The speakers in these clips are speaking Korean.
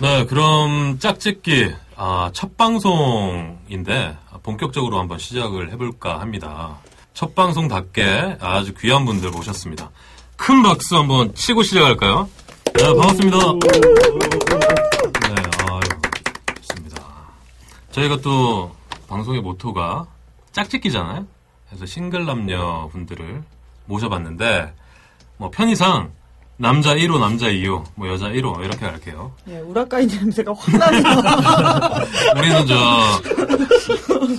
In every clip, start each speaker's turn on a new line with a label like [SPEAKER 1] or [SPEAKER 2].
[SPEAKER 1] 네, 그럼 짝짓기 아, 첫 방송인데 본격적으로 한번 시작을 해볼까 합니다. 첫 방송답게 아주 귀한 분들 모셨습니다. 큰 박수 한번 치고 시작할까요? 네, 반갑습니다. 네, 아유, 좋습니다. 저희가 또 방송의 모토가 짝짓기잖아요. 그래서 싱글 남녀 분들을 모셔봤는데 뭐 편의상 남자 1호, 남자 2호, 뭐 여자 1호 이렇게 갈게요.
[SPEAKER 2] 예, 우라카이 냄새가 확 나네요.
[SPEAKER 1] 우리는 저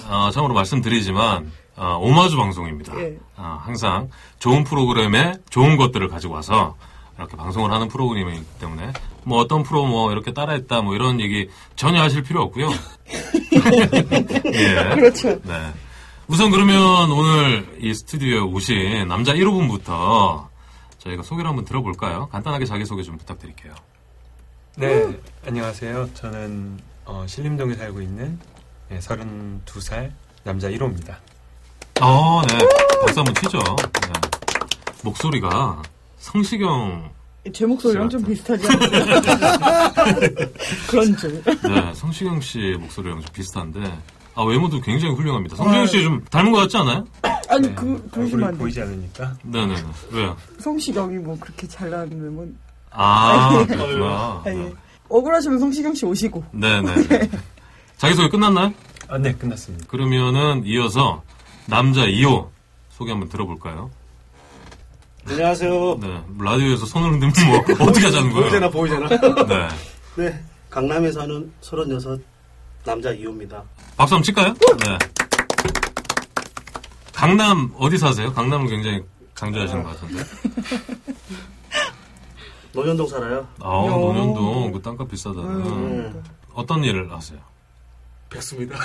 [SPEAKER 1] 아, 참으로 말씀드리지만 아, 오마주 방송입니다.
[SPEAKER 2] 예.
[SPEAKER 1] 아, 항상 좋은 프로그램에 좋은 것들을 가지고 와서 이렇게 방송을 하는 프로그램이기 때문에 뭐 어떤 프로 뭐 이렇게 따라했다 뭐 이런 얘기 전혀 하실 필요 없고요. 예.
[SPEAKER 2] 그렇죠.
[SPEAKER 1] 네. 우선 그러면 오늘 이 스튜디오에 오신 남자 1호분부터 저희가 소개를 한번 들어볼까요? 간단하게 자기소개 좀 부탁드릴게요.
[SPEAKER 2] 음.
[SPEAKER 3] 네, 안녕하세요. 저는 어, 신림동에 살고 있는 네, 32살 남자 1호입니다.
[SPEAKER 1] 아, 네. 박수 한번 치죠. 네. 목소리가 성시경,
[SPEAKER 2] 제 목소리랑 좀
[SPEAKER 3] 그렇죠.
[SPEAKER 2] 비슷하지 않나요? 그런 줄.
[SPEAKER 1] 네, 성시경 씨의 목소리랑 좀 비슷한데, 아, 외모도 굉장히 훌륭합니다. 성시경 씨 좀 닮은 것 같지 않아요?
[SPEAKER 2] 아니,
[SPEAKER 3] 네,
[SPEAKER 2] 그,
[SPEAKER 3] 얼굴이
[SPEAKER 2] 그러시면 안 돼.
[SPEAKER 3] 보이지 않으니까.
[SPEAKER 1] 네네네. 왜요?
[SPEAKER 2] 성시경이 뭐 그렇게 잘나는 외모.
[SPEAKER 1] 아, 그렇구나.
[SPEAKER 2] 아,
[SPEAKER 3] 네.
[SPEAKER 2] 예. 억울하시면 성시경 씨 오시고.
[SPEAKER 1] 네네. 자기소개 끝났나요?
[SPEAKER 3] 아, 네, 끝났습니다.
[SPEAKER 1] 그러면은 이어서 남자 2호 소개 한번 들어볼까요?
[SPEAKER 4] 안녕하세요.
[SPEAKER 1] 네. 라디오에서 손을 흔들면 뭐, 어떻게 하자는
[SPEAKER 4] 보이잖아,
[SPEAKER 1] 거예요?
[SPEAKER 4] 보이잖아.
[SPEAKER 1] 네.
[SPEAKER 4] 네, 강남에 사는 36 남자 이호입니다.
[SPEAKER 1] 박수 한번 칠까요? 네. 강남 어디 사세요? 강남을 굉장히 강조하시는 것 같은데.
[SPEAKER 4] 노현동 살아요.
[SPEAKER 1] 아, 논현동 그 땅값 비싸다는.
[SPEAKER 4] 음.
[SPEAKER 1] 어떤 일을 하세요?
[SPEAKER 4] 백수입니다.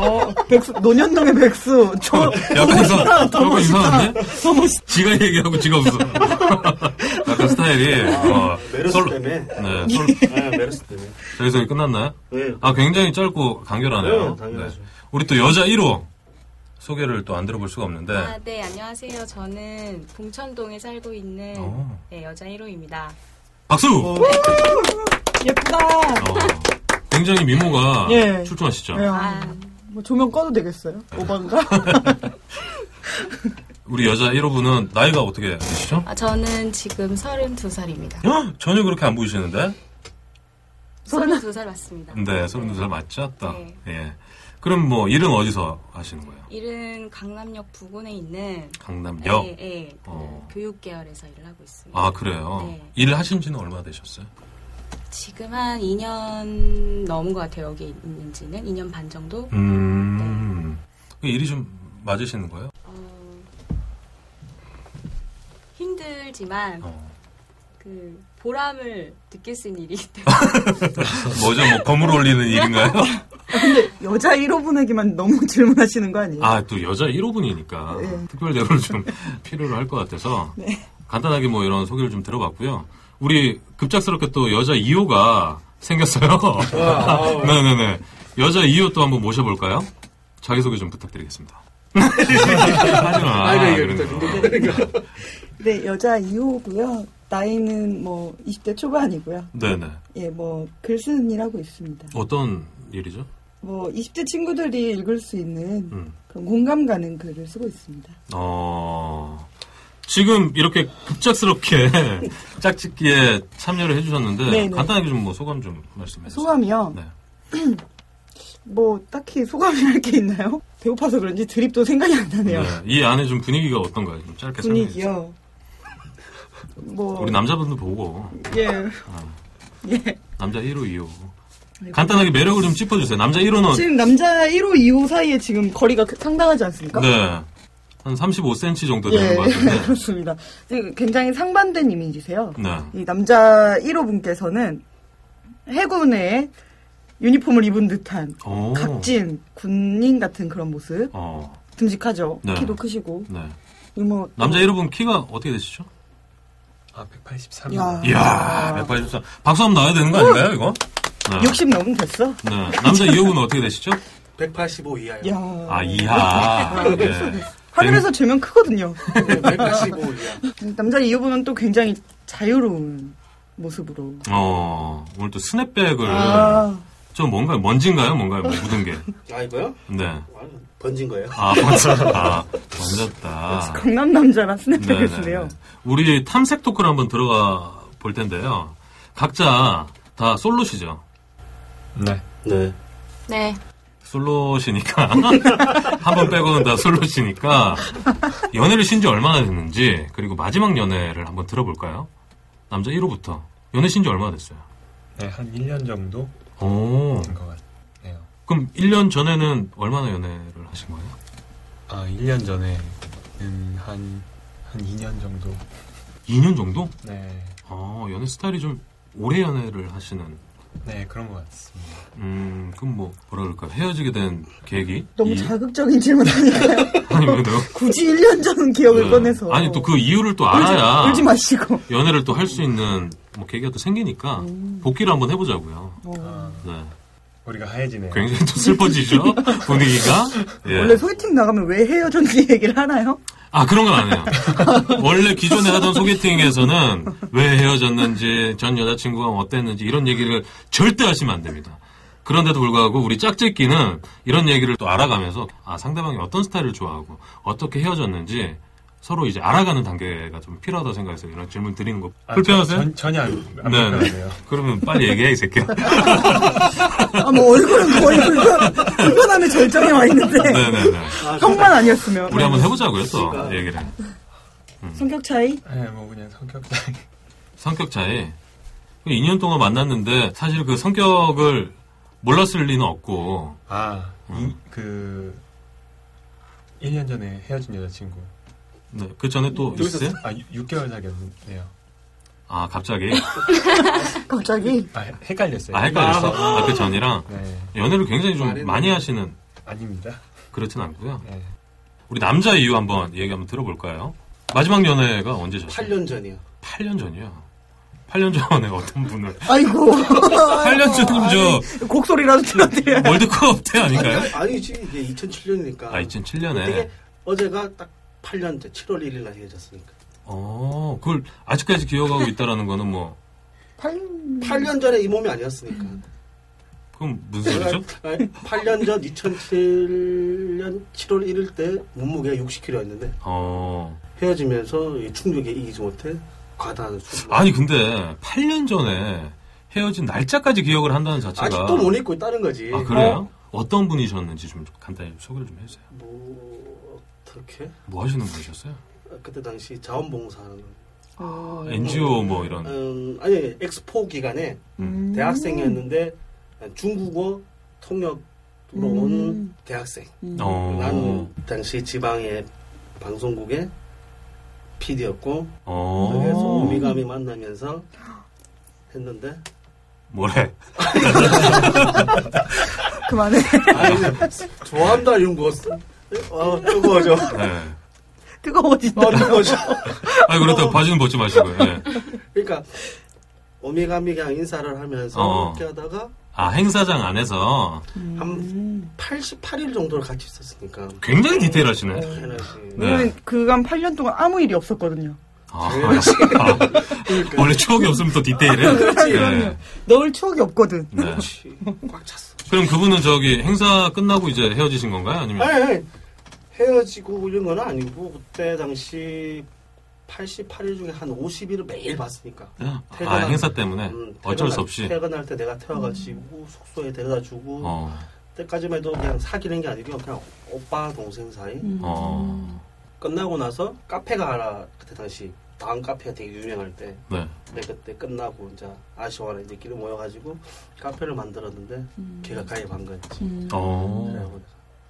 [SPEAKER 2] 어, 백수, 노년동의 백수.
[SPEAKER 3] 아,
[SPEAKER 2] 저,
[SPEAKER 3] 네.
[SPEAKER 1] 약간 이상, 약간 이상한데?
[SPEAKER 2] 저 멋있,
[SPEAKER 1] 지가 얘기하고 지가 웃어. 약간 스타일이. 어,
[SPEAKER 4] 아, 메르스
[SPEAKER 1] 솔로-
[SPEAKER 4] 때문에.
[SPEAKER 1] 네, 솔로-
[SPEAKER 4] 네, 메르스 때문에.
[SPEAKER 1] 저기서 끝났나요?
[SPEAKER 4] 네.
[SPEAKER 1] 아, 굉장히 짧고 아, 간결하네요.
[SPEAKER 4] 네, 당연하죠.
[SPEAKER 1] 우리 또 여자 1호 소개를 또 안 들어볼 수가 없는데.
[SPEAKER 5] 아, 네, 안녕하세요. 저는 봉천동에 살고 있는
[SPEAKER 1] 오.
[SPEAKER 5] 네, 여자 1호입니다.
[SPEAKER 1] 박수!
[SPEAKER 4] 어,
[SPEAKER 2] 예쁘다.
[SPEAKER 1] 어, 굉장히 미모가
[SPEAKER 2] 예.
[SPEAKER 1] 출중하시죠?
[SPEAKER 2] 예,
[SPEAKER 5] 아,
[SPEAKER 2] 아, 뭐 조명 꺼도 되겠어요? 오반가?
[SPEAKER 1] 우리 여자 1호분은 나이가 어떻게 되시죠?
[SPEAKER 5] 아, 저는 지금 32살입니다.
[SPEAKER 1] 헉, 전혀 그렇게 안 보이시는데?
[SPEAKER 5] 32살 맞습니다.
[SPEAKER 1] 네, 32살 맞지 않다.
[SPEAKER 5] 네.
[SPEAKER 1] 예. 그럼 뭐, 일은 어디서 하시는 거예요?
[SPEAKER 5] 일은 강남역 부근에 있는
[SPEAKER 1] 강남역?
[SPEAKER 5] 예, 예, 그
[SPEAKER 1] 어.
[SPEAKER 5] 교육계열에서 일을 하고 있습니다.
[SPEAKER 1] 아, 그래요?
[SPEAKER 5] 네.
[SPEAKER 1] 일을 하신 지는 얼마 되셨어요?
[SPEAKER 5] 지금 한 2년 넘은 것 같아요. 여기 있는 지는 2년 반 정도?
[SPEAKER 1] 음.
[SPEAKER 5] 네.
[SPEAKER 1] 일이 좀 맞으시는 거예요?
[SPEAKER 5] 어, 힘들지만
[SPEAKER 1] 어.
[SPEAKER 5] 그 보람을 느낄 수 있는 일이기
[SPEAKER 1] 아.
[SPEAKER 5] 때문에
[SPEAKER 1] 뭐죠? 뭐, 검을 올리는 일인가요?
[SPEAKER 2] 여자 1호분에게만 너무 질문하시는 거 아니에요?
[SPEAKER 1] 아, 또 여자 1호분이니까
[SPEAKER 2] 네.
[SPEAKER 1] 특별 대우를 좀 필요로 할 것 같아서 간단하게 뭐 이런 소개를 좀 들어봤고요. 우리 급작스럽게 또 여자 2호가 생겼어요. 네네네. 여자 2호 또 한번 모셔볼까요? 자기소개 좀 부탁드리겠습니다. 하지 마. 그런 거.
[SPEAKER 2] 네, 여자 2호고요. 나이는 뭐 20대 초반이고요.
[SPEAKER 1] 네네.
[SPEAKER 2] 예, 뭐 글 쓰는 일 하고 있습니다.
[SPEAKER 1] 어떤 일이죠?
[SPEAKER 2] 뭐 20대 친구들이 읽을 수 있는
[SPEAKER 1] 음.
[SPEAKER 2] 그런 공감 가는 글을 쓰고 있습니다.
[SPEAKER 1] 어, 지금 이렇게 급작스럽게 짝짓기에 참여를 해주셨는데
[SPEAKER 2] 네네.
[SPEAKER 1] 간단하게 좀 뭐 소감 좀 말씀해 주세요.
[SPEAKER 2] 소감이요.
[SPEAKER 1] 네.
[SPEAKER 2] 뭐 딱히 소감이랄 게 있나요? 배고파서 그런지 드립도 생각이 안 나네요.
[SPEAKER 1] 네, 이 안에 좀 분위기가 어떤가요? 좀 짧게 설명해 주세요.
[SPEAKER 2] 분위기요. 뭐
[SPEAKER 1] 우리 남자분들 보고
[SPEAKER 2] 예.
[SPEAKER 1] 아.
[SPEAKER 2] 예.
[SPEAKER 1] 남자 1호, 2호 간단하게 매력을 좀 짚어주세요. 남자 1호는
[SPEAKER 2] 지금 남자 1호, 2호 사이에 지금 거리가 그- 상당하지 않습니까?
[SPEAKER 1] 네. 한 35cm 정도 되는
[SPEAKER 2] 예,
[SPEAKER 1] 것 같은데
[SPEAKER 2] 그렇습니다. 지금 굉장히 상반된 이미지세요.
[SPEAKER 1] 네.
[SPEAKER 2] 이 남자 1호 분께서는 해군의 유니폼을 입은 듯한
[SPEAKER 1] 오.
[SPEAKER 2] 각진 군인 같은 그런 모습
[SPEAKER 1] 어,
[SPEAKER 2] 듬직하죠.
[SPEAKER 1] 네.
[SPEAKER 2] 키도 크시고 뭐
[SPEAKER 1] 네.
[SPEAKER 2] 유머.
[SPEAKER 1] 남자 1호분 키가 어떻게 되시죠?
[SPEAKER 3] 아, 183.
[SPEAKER 2] 야.
[SPEAKER 1] 이야 183 박수 한번 나와야 되는 거 아닌가요 이거? 네.
[SPEAKER 2] 60 넘으면 됐어.
[SPEAKER 1] 네. 남자 2호분 어떻게 되시죠?
[SPEAKER 4] 185 이하요.
[SPEAKER 2] 야.
[SPEAKER 1] 아 이하 예.
[SPEAKER 2] 하늘에서 재면 크거든요.
[SPEAKER 4] 네, 185 이하.
[SPEAKER 2] 남자 2호분은 또 굉장히 자유로운 모습으로.
[SPEAKER 1] 어, 오늘 또 스냅백을
[SPEAKER 2] 아,
[SPEAKER 1] 좀 뭔가요? 먼지인가요? 뭔가요? 뭐 묻은 게.
[SPEAKER 4] 아 이거요?
[SPEAKER 1] 네.
[SPEAKER 4] 아, 번진 거예요.
[SPEAKER 1] 아, 번졌다. 번졌다. 네,
[SPEAKER 2] 강남 남자랑
[SPEAKER 1] 네네네.
[SPEAKER 2] 스냅백을 쓰네요.
[SPEAKER 1] 우리 탐색 토크를 한번 들어가 볼 텐데요. 각자 다 솔로시죠.
[SPEAKER 3] 네.
[SPEAKER 4] 네.
[SPEAKER 5] 네.
[SPEAKER 1] 솔로시니까 한 번 빼고는 다 솔로시니까 연애를 쉰 지 얼마나 됐는지 그리고 마지막 연애를 한번 들어볼까요? 남자 1호부터 연애 쉰 지 얼마나 됐어요?
[SPEAKER 3] 네, 한 1년 정도
[SPEAKER 1] 오
[SPEAKER 3] 된 것 같네요.
[SPEAKER 1] 그럼 1년 전에는 얼마나 연애를 하신 거예요?
[SPEAKER 3] 아, 1년 전에는 한, 한 2년 정도.
[SPEAKER 1] 2년 정도?
[SPEAKER 3] 네.
[SPEAKER 1] 아 연애 스타일이 좀 오래 연애를 하시는
[SPEAKER 3] 네, 그런 것 같습니다.
[SPEAKER 1] 음 그럼 뭐 뭐라 그럴까 헤어지게 된 계획이
[SPEAKER 2] 너무
[SPEAKER 1] 이-
[SPEAKER 2] 자극적인 질문 아니에요?
[SPEAKER 1] 아니 왜요?
[SPEAKER 2] 굳이 1년 전 기억을
[SPEAKER 1] 네.
[SPEAKER 2] 꺼내서.
[SPEAKER 1] 아니 또 그 이유를 또
[SPEAKER 2] 울지-
[SPEAKER 1] 알아야
[SPEAKER 2] 울지 마시고.
[SPEAKER 1] 연애를 또 할 수 있는 뭐 계기가 또 생기니까
[SPEAKER 2] 음.
[SPEAKER 1] 복귀를 한번 해보자고요.
[SPEAKER 2] 어.
[SPEAKER 3] 아,
[SPEAKER 1] 네.
[SPEAKER 3] 머리가 하얘지네요.
[SPEAKER 1] 굉장히 또 슬퍼지죠 분위기가. 예.
[SPEAKER 2] 원래 소개팅 나가면 왜 헤어졌는지 얘기를 하나요?
[SPEAKER 1] 아 그런 건 안 해요. 원래 기존에 하던 소개팅에서는 왜 헤어졌는지 전 여자친구가 어땠는지 이런 얘기를 절대 하시면 안 됩니다. 그런데도 불구하고 우리 짝짓기는 이런 얘기를 또 알아가면서 아 상대방이 어떤 스타일을 좋아하고 어떻게 헤어졌는지 서로 이제 알아가는 단계가 좀 필요하다고 생각해서 이런 질문 드리는 거
[SPEAKER 3] 아,
[SPEAKER 1] 불편하세요?
[SPEAKER 3] 전, 전혀 안, 안
[SPEAKER 1] 네, 네.
[SPEAKER 3] 불편하네요.
[SPEAKER 1] 그러면 빨리 얘기해 이 새끼야.
[SPEAKER 2] 아, 뭐 얼굴은 거의 불편, 불편함의 절정에 와 있는데.
[SPEAKER 1] 네네네.
[SPEAKER 4] 아,
[SPEAKER 2] 형만 아니었으면.
[SPEAKER 1] 우리 한번 해보자고요 또
[SPEAKER 4] 그러니까.
[SPEAKER 1] 얘기를.
[SPEAKER 2] 성격 차이?
[SPEAKER 3] 네, 뭐 그냥 성격 차이.
[SPEAKER 1] 성격 그 차이. 2년 동안 만났는데 사실 그 성격을 몰랐을 리는 없고
[SPEAKER 3] 아, 이, 그, 1년 전에 헤어진 여자친구.
[SPEAKER 1] 네, 그 전에 또
[SPEAKER 3] 여기서
[SPEAKER 1] 있어요?
[SPEAKER 3] 아, 6개월 사귀었네요.
[SPEAKER 1] 아 갑자기
[SPEAKER 2] 갑자기?
[SPEAKER 3] 아, 헷- 헷갈렸어요.
[SPEAKER 1] 아 헷갈렸어. 아, 그 전이랑
[SPEAKER 3] 네,
[SPEAKER 1] 연애를 굉장히 좀
[SPEAKER 4] 말해도-
[SPEAKER 1] 많이 하시는
[SPEAKER 3] 아닙니다.
[SPEAKER 1] 그렇진 않고요.
[SPEAKER 3] 네.
[SPEAKER 1] 우리 남자 이유 한번 얘기 한번 들어볼까요? 마지막 연애가 언제셨어요?
[SPEAKER 4] 8년 전이요.
[SPEAKER 1] 8년 전이요. 8년 전에 어떤 분을
[SPEAKER 2] 아이고.
[SPEAKER 1] 8년 전이면 저
[SPEAKER 2] 곡소리라도 들어드려요.
[SPEAKER 1] 월드컵 때 아닌가요?
[SPEAKER 4] 아니지 이게 2007년이니까.
[SPEAKER 1] 아
[SPEAKER 4] 되게
[SPEAKER 1] 2007년에.
[SPEAKER 4] 어제가 딱 8년 전 7월 1일 날 헤어졌으니까.
[SPEAKER 1] 어 그걸 아직까지 기억하고 있다라는 거는 뭐
[SPEAKER 4] 8년 전에 이 몸이 아니었으니까.
[SPEAKER 1] 그럼 무슨 소리죠?
[SPEAKER 4] 8년 전 2007년 7월 1일 때 몸무게가 60kg였는데
[SPEAKER 1] 어
[SPEAKER 4] 헤어지면서 이 충격에 이기지 못해 과다한 술.
[SPEAKER 1] 아니 근데 8년 전에 헤어진 날짜까지 기억을 한다는 자체가
[SPEAKER 4] 아직도 못 잊고 있다는 거지.
[SPEAKER 1] 아, 그래요? 어떤 분이셨는지 좀 간단히 소개를 좀 해주세요.
[SPEAKER 4] 어, 뭐 어떻게?
[SPEAKER 1] 뭐 하시는 분이셨어요?
[SPEAKER 4] 그때 당시 자원봉사하는 거.
[SPEAKER 2] 아,
[SPEAKER 4] 어,
[SPEAKER 2] 예.
[SPEAKER 1] NGO 뭐 이런
[SPEAKER 4] 음, 아니 엑스포 기간에
[SPEAKER 1] 음.
[SPEAKER 4] 대학생이었는데 중국어 통역으로 온
[SPEAKER 2] 음.
[SPEAKER 4] 대학생.
[SPEAKER 1] 어.
[SPEAKER 4] 나는 당시 지방의 방송국의 PD였고
[SPEAKER 1] 어
[SPEAKER 4] 그래서 우미감이 만나면서 했는데
[SPEAKER 1] 뭐래?
[SPEAKER 2] 그만해.
[SPEAKER 4] 아니 좋아한다 이런 거 어, 뜨거워져
[SPEAKER 1] 네.
[SPEAKER 2] 뜨거워진다.
[SPEAKER 4] 어, 뜨거워져
[SPEAKER 1] 아
[SPEAKER 4] 어.
[SPEAKER 1] 그렇다고 바지는 벗지 마시고요. 예.
[SPEAKER 4] 그러니까 오미감이 그냥 인사를 하면서
[SPEAKER 1] 어.
[SPEAKER 4] 함께 하다가
[SPEAKER 1] 아 행사장 안에서
[SPEAKER 2] 음.
[SPEAKER 4] 한 88일 정도를 같이 있었으니까
[SPEAKER 1] 굉장히 디테일하시네.
[SPEAKER 4] 당연하지
[SPEAKER 1] 네.
[SPEAKER 2] 저는 그간 8년 동안 아무 일이 없었거든요.
[SPEAKER 1] 아,
[SPEAKER 4] 네.
[SPEAKER 1] 아,
[SPEAKER 4] 그러니까
[SPEAKER 1] 원래 추억이 없으면 또 디테일해. 네.
[SPEAKER 2] 넣을 추억이 없거든.
[SPEAKER 1] 네.
[SPEAKER 4] 그렇지. 꽉 찼어
[SPEAKER 1] 그럼 그분은 저기 행사 끝나고 이제 헤어지신 건가요? 아니면
[SPEAKER 4] 아니, 아니 헤어지고 이런 건 아니고 그때 당시 88일 중에 한 50일을 매일 봤으니까
[SPEAKER 1] 아
[SPEAKER 4] 퇴근한-
[SPEAKER 1] 행사 때문에
[SPEAKER 4] 음,
[SPEAKER 1] 어쩔
[SPEAKER 4] 퇴근할-
[SPEAKER 1] 수 없이
[SPEAKER 4] 퇴근할 때 내가 태워가지고 숙소에 데려다주고
[SPEAKER 1] 어,
[SPEAKER 4] 그때까지만 해도 그냥 사귀는 게 아니고 그냥 오빠 동생 사이
[SPEAKER 2] 음.
[SPEAKER 1] 어,
[SPEAKER 4] 끝나고 나서 카페가 하나 그때 당시 다음 카페가 되게 유명할 때
[SPEAKER 1] 네.
[SPEAKER 4] 근데 그때 끝나고 이제 아쉬워하는 애들끼리 모여가지고 카페를 만들었는데 걔가 가입한 거였지
[SPEAKER 1] 어,
[SPEAKER 4] 그래가지고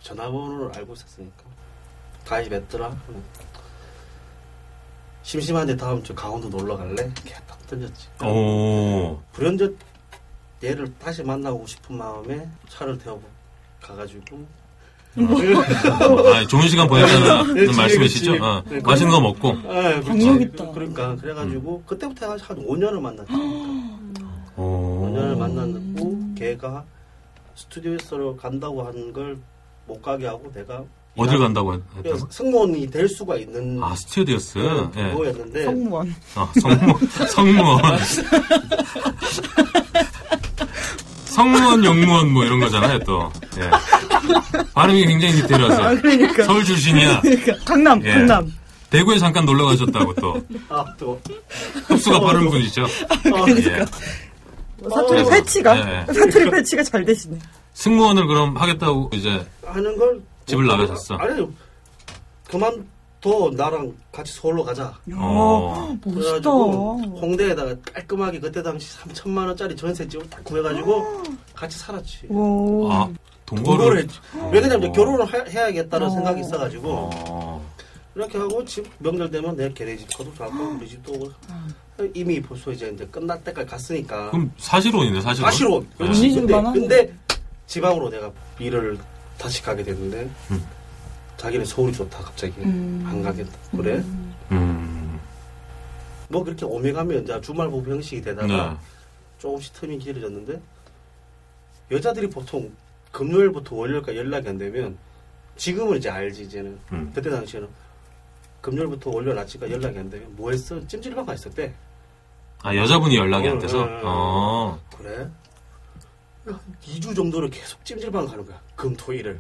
[SPEAKER 4] 전화번호를 알고 있었으니까 가입했더라 심심한데 다음 주 강원도 놀러 갈래? 걔딱 들렸지
[SPEAKER 1] 어,
[SPEAKER 4] 불현듯 얘를 다시 만나고 싶은 마음에 차를 태워 가가지고
[SPEAKER 1] 아, 좋은 시간 보냈다는
[SPEAKER 4] 그렇지,
[SPEAKER 1] 말씀이시죠?
[SPEAKER 4] 그렇지.
[SPEAKER 1] 어,
[SPEAKER 4] 그렇지.
[SPEAKER 1] 맛있는 거 먹고.
[SPEAKER 4] 아,
[SPEAKER 2] 강력 있다.
[SPEAKER 4] 그러니까
[SPEAKER 1] 음.
[SPEAKER 4] 그래가지고 그때부터 한 5년을 만났지.
[SPEAKER 1] 오, 어.
[SPEAKER 4] 5년을 만났고 걔가 스튜디오에서 간다고 한 걸 못 가게 하고 내가
[SPEAKER 1] 어딜 그 간다고 했-
[SPEAKER 4] 네.
[SPEAKER 1] 했던 거?
[SPEAKER 4] 승무원이 될 수가 있는
[SPEAKER 1] 아, 스튜어디오스.
[SPEAKER 4] 그런
[SPEAKER 1] 예.
[SPEAKER 4] 그거였는데
[SPEAKER 2] 성무원.
[SPEAKER 1] 아, 성무, 성무원. 성무원, 영무원 뭐 이런 거잖아요, 또. 예. 발음이 굉장히
[SPEAKER 2] 아,
[SPEAKER 1] 디테일하세요.
[SPEAKER 2] 그러니까.
[SPEAKER 1] 서울 출신이야.
[SPEAKER 2] 그러니까 강남,
[SPEAKER 1] 예.
[SPEAKER 2] 강남.
[SPEAKER 1] 대구에 잠깐 놀러 가셨다고 또.
[SPEAKER 4] 아, 또
[SPEAKER 1] 흡수가 빠른 분이죠. 예.
[SPEAKER 2] 사투리
[SPEAKER 4] 어.
[SPEAKER 2] 패치가
[SPEAKER 1] 네.
[SPEAKER 2] 사투리 패치가 잘 되시네.
[SPEAKER 1] 승무원을 그럼 하겠다고 이제
[SPEAKER 4] 하는 걸
[SPEAKER 1] 집을
[SPEAKER 4] 못 하고,
[SPEAKER 1] 나가셨어?
[SPEAKER 4] 아니 그만둬 나랑 같이 서울로 가자.
[SPEAKER 1] 어.
[SPEAKER 2] 어, 멋있다.
[SPEAKER 4] 그래가지고 홍대에다가 깔끔하게 그때 당시 3천만 원짜리 전셋집을 딱
[SPEAKER 2] 아.
[SPEAKER 4] 구해가지고 같이 살았지.
[SPEAKER 2] 오.
[SPEAKER 1] 아,
[SPEAKER 4] 동거를
[SPEAKER 1] 동거를
[SPEAKER 4] 했지. 왜냐면 이제
[SPEAKER 1] 어.
[SPEAKER 4] 결혼을 하- 해야겠다는
[SPEAKER 2] 어.
[SPEAKER 4] 생각이 있어가지고
[SPEAKER 1] 어.
[SPEAKER 4] 이렇게 하고 집 명절 되면 내 걔네 집 가도 가고
[SPEAKER 2] 어.
[SPEAKER 4] 우리 집도 오고. 이미 벌써 이제 이제 끝날 때까지 갔으니까
[SPEAKER 1] 그럼 음. 사실혼이네, 사실혼.
[SPEAKER 4] 사실로
[SPEAKER 2] 언니
[SPEAKER 4] 그렇지 근데,
[SPEAKER 2] 집만
[SPEAKER 4] 근데 지방으로 내가 일을 다시 가게 됐는데
[SPEAKER 1] 음.
[SPEAKER 4] 자기는 서울이 좋다 갑자기
[SPEAKER 5] 음.
[SPEAKER 4] 안 가겠다 그래
[SPEAKER 1] 음.
[SPEAKER 4] 뭐 그렇게 오메가면 이제 주말 부부 형식이 되다가
[SPEAKER 1] 네.
[SPEAKER 4] 조금씩 틈이 길어졌는데 여자들이 보통 금요일부터 월요일까지 연락이 안 되면 지금은 이제 알지 이제는
[SPEAKER 1] 음.
[SPEAKER 4] 그때 당시에는 금요일부터 월요일 아침까지 연락이 안 되면 뭐 했어 찜질방 가 있었대
[SPEAKER 1] 아, 여자분이 연락이 안 돼서?
[SPEAKER 4] 어, 어,
[SPEAKER 1] 어.
[SPEAKER 4] 그래 2주 정도를 계속 찜질방 가는 거야 금 토일을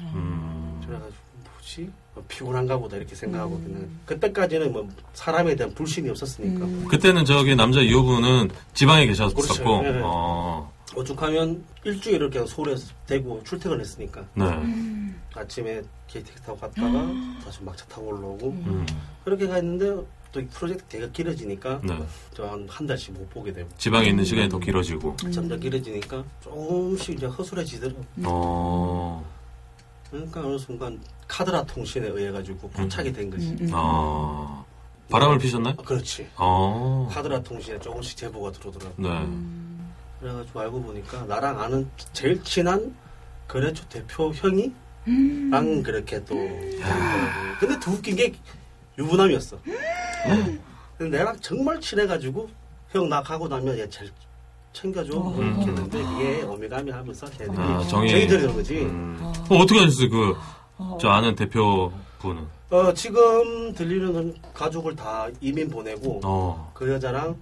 [SPEAKER 1] 음.
[SPEAKER 4] 그래가지고 뭐지 뭐 피곤한가 보다 이렇게 생각하고 그냥 그때까지는 뭐 사람에 대한 불신이
[SPEAKER 2] 그러니까.
[SPEAKER 4] 없었으니까
[SPEAKER 2] 음.
[SPEAKER 1] 그때는 저기 남자 이호분은 지방에 계셨었고,
[SPEAKER 4] 그렇죠. 네.
[SPEAKER 1] 어,
[SPEAKER 4] 오죽하면 일주일을 그냥 서울에서 대구 출퇴근했으니까
[SPEAKER 1] 네.
[SPEAKER 4] 아침에 KTX 타고 갔다가 다시 막차 타고 올라오고
[SPEAKER 1] 음,
[SPEAKER 4] 그렇게 가 있는데 또 이 프로젝트가 길어지니까
[SPEAKER 1] 네.
[SPEAKER 4] 저한 한 달씩 못 보게 되고
[SPEAKER 1] 지방에 있는 시간이 더 길어지고,
[SPEAKER 2] 음.
[SPEAKER 4] 점점 길어지니까 조금씩 이제 허술해지더라고
[SPEAKER 1] 어,
[SPEAKER 4] 그러니까 어느 순간 카드라 통신에 의해 가지고 포착이 된 거지
[SPEAKER 2] 음, 음.
[SPEAKER 1] 어, 바람을 피셨나요?
[SPEAKER 4] 아, 그렇지
[SPEAKER 1] 어,
[SPEAKER 4] 카드라 통신에 조금씩 제보가 들어오더라고
[SPEAKER 1] 네.
[SPEAKER 4] 음. 그래가지고 알고 보니까 나랑 아는 제일 친한 거래처 대표 형이랑
[SPEAKER 2] 음.
[SPEAKER 4] 그렇게 또 야. 근데 더 웃긴 게 유부남이었어 근데 내랑 정말 친해가지고 형 나 가고 나면 얘 잘 챙겨줘
[SPEAKER 2] 어.
[SPEAKER 4] 이렇게 했는데 이게 어미가미 하면서 걔들이
[SPEAKER 1] 아, 정이-
[SPEAKER 4] 정의들이 는 거지
[SPEAKER 1] 음. 어, 어떻게 하셨어요, 그,
[SPEAKER 2] 어.
[SPEAKER 1] 저 아는 대표분은?
[SPEAKER 4] 어, 지금 들리는 가족을 다 이민 보내고
[SPEAKER 1] 어,
[SPEAKER 4] 그 여자랑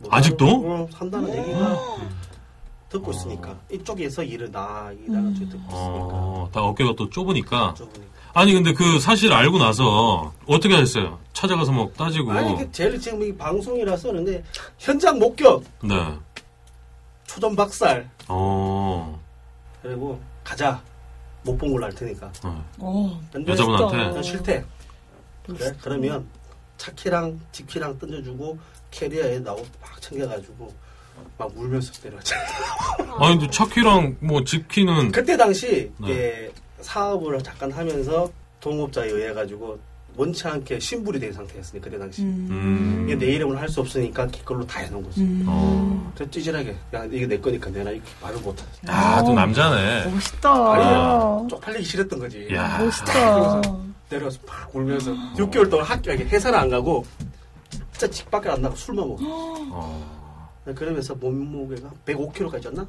[SPEAKER 4] 뭐
[SPEAKER 1] 아직도?
[SPEAKER 4] 어, 산다는 얘기가 듣고 있으니까 이쪽에서 일을 나 일하는 쪽에 듣고 있으니까
[SPEAKER 1] 어, 다 어깨가 또 좁으니까.
[SPEAKER 4] 좁으니까
[SPEAKER 1] 아니, 근데 그 사실 알고 나서 어떻게 하셨어요? 찾아가서 막 따지고,
[SPEAKER 4] 아니 이게 제일 지금 이 방송이라서 그런데 현장 목격
[SPEAKER 1] 네.
[SPEAKER 4] 초점 박살
[SPEAKER 1] 어,
[SPEAKER 4] 그리고 가자 못 본 걸로 알 테니까
[SPEAKER 1] 어.
[SPEAKER 2] 어,
[SPEAKER 4] 근데
[SPEAKER 1] 여자분한테?
[SPEAKER 4] 난 싫대 그래? 그러면 차키랑 지키랑 던져주고 캐리어에 나고 막 챙겨가지고 막 울면서 때려자
[SPEAKER 1] 아니, 근데 차키랑 뭐 지키는,
[SPEAKER 4] 그때 당시
[SPEAKER 1] 네.
[SPEAKER 4] 이게 사업을 잠깐 하면서 동업자에 의해 가지고 원치 않게 신불이 된 상태였으니 그때 당시
[SPEAKER 1] 음,
[SPEAKER 4] 이게 내 이름을 할 수 없으니까 기걸로 다 해놓은 거지.
[SPEAKER 2] 음.
[SPEAKER 1] 어.
[SPEAKER 4] 그 찌질하게 야 이게 내 거니까 내가 이렇게 말을 못해.
[SPEAKER 1] 아, 또 남자네.
[SPEAKER 2] 어, 멋있다.
[SPEAKER 4] 아니야. 쪽팔리기 싫었던 거지.
[SPEAKER 1] 야. 아,
[SPEAKER 2] 멋있다.
[SPEAKER 4] 내려서 팍 울면서 6개월 동안 학교 이게 회사를 안 가고 진짜 집 밖에 안 나고 술만 먹어.
[SPEAKER 1] 어.
[SPEAKER 4] 그러면서 몸무게가 105kg까지 였나?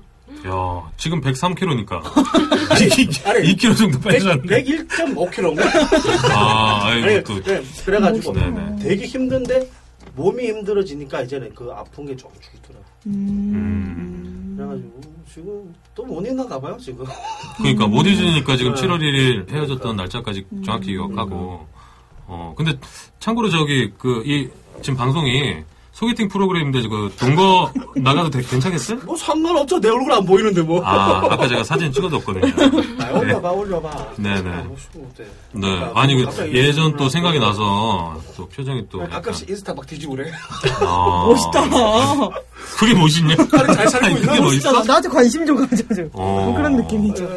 [SPEAKER 1] 야, 지금 103kg니까. 2kg 정도
[SPEAKER 4] 100,
[SPEAKER 1] 빼셨는데.
[SPEAKER 4] 101.5kg인가?
[SPEAKER 1] 아, 아이고, 또.
[SPEAKER 4] 네, 그래가지고
[SPEAKER 1] 네네.
[SPEAKER 4] 되게 힘든데 몸이 힘들어지니까 이제는 그 아픈 게 조금 줄더라고.
[SPEAKER 1] 음.
[SPEAKER 4] 그래가지고 지금 또 못 있나가 봐요 지금.
[SPEAKER 1] 그러니까, 못 잊으니까 지금
[SPEAKER 4] 네. 음.
[SPEAKER 1] 7월 1일 헤어졌던 날짜까지 정확히 기억하고. 어, 근데, 참고로 저기, 그, 이, 지금 방송이 소개팅 프로그램인데, 그, 동거 나가도 되- 괜찮겠어요?
[SPEAKER 4] 뭐 상관없죠 내 얼굴 안 보이는데 뭐.
[SPEAKER 1] 아, 아까 제가 사진 찍어뒀거든요.
[SPEAKER 4] 아, 올려봐 올려봐.
[SPEAKER 1] 네네.
[SPEAKER 4] 아, 뭐 쉬고 어때.
[SPEAKER 1] 네.
[SPEAKER 4] 아,
[SPEAKER 1] 아니, 그,
[SPEAKER 4] 갑자기
[SPEAKER 1] 예전 또
[SPEAKER 4] 이런
[SPEAKER 1] 생각이
[SPEAKER 4] 거.
[SPEAKER 1] 나서, 또 표정이 또. 약간-
[SPEAKER 4] 가끔씩 인스타 막 뒤지고 그래.
[SPEAKER 1] 아,
[SPEAKER 2] 멋있다.
[SPEAKER 1] 그게 멋있냐?
[SPEAKER 4] 아니, 잘 살고
[SPEAKER 1] 아니,
[SPEAKER 4] 있나?
[SPEAKER 1] 그게
[SPEAKER 2] 진짜
[SPEAKER 1] 멋있어?
[SPEAKER 2] 나- 나한테 관심 좀 가져줘. 뭐
[SPEAKER 1] 어.
[SPEAKER 2] 그런 느낌이죠.